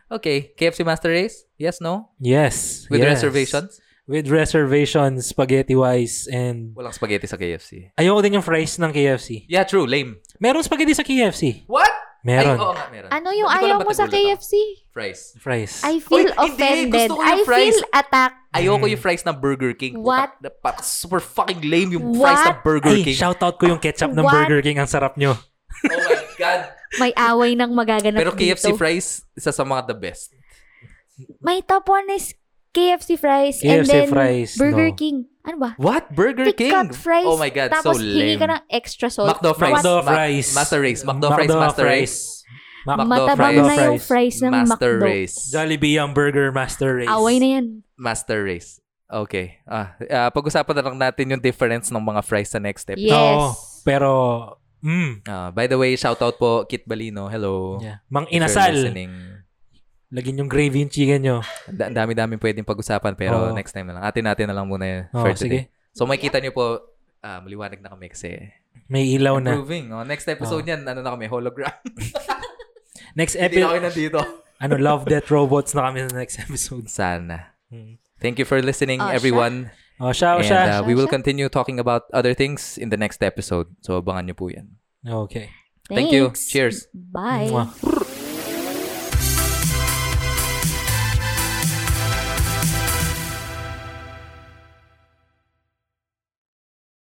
Okay, KFC Master Race? Yes, no? Yes. With yes. reservations? With reservations, spaghetti-wise, and Walang spaghetti sa KFC. ayoko din yung fries ng KFC. Yeah, true. Lame. Merong spaghetti sa KFC. What? Ay, oo Meron. nga, meron. Ano yung Hindi ko alam ayaw ba't mo sa nagulat ako. KFC? Fries. Fries. I feel Uy, hindi. offended. Gusto ko yung I feel fries. attacked. Ayoko Mm. yung fries ng Burger King. What? Puta, pa- Super fucking lame yung fries ng What? Burger Ay, King. shout out ko yung ketchup ng What? Burger King. Ang sarap nyo. Oh my God. May away ng magaganap Pero KFC dito. fries, isa sa mga the best. May top one is KFC fries and KFC then fries, Burger no. King. Ano ba? What? Burger Tic King? Tac fries. Oh my God, Tapos so hingi lame. ka ng extra salt. McDo fries. What? McDo Ma- fries. Master Race. McDo fries, Master Race. Mac- McDo Matabang fries. na yung fries ng Master McDo. Race. Jollibee ang burger, Master Race. Away na yan. Master Race. Okay. Ah, ah, pag-usapan na lang natin yung difference ng mga fries sa next step. Yes. Oo, pero, mm, Ah, by the way, shout out po Kit Balino. Hello. yeah. Mang If you're inasal. listening. Lagyan yung gravy yung chicken nyo. Da- Ang dami-dami pwedeng pag-usapan Oo. pero next time na lang. Atin natin na lang muna yun Oo, for sige. today. So makikita niyo po ah, maliwanag na kami kasi May ilaw na. improving. Oh, next episode niyan, ano na kami, hologram. Next Hindi episode, na kayo nandito. ano, Love, Death, Robots na kami sa next episode. Sana. Mm. Thank you for listening, Oh, everyone. Oh, ciao, And ciao. uh, we will Siya. continue talking about other things in the next episode. So abangan niyo po yan. Okay. Thank you. Thanks. Cheers. Bye. Mwah.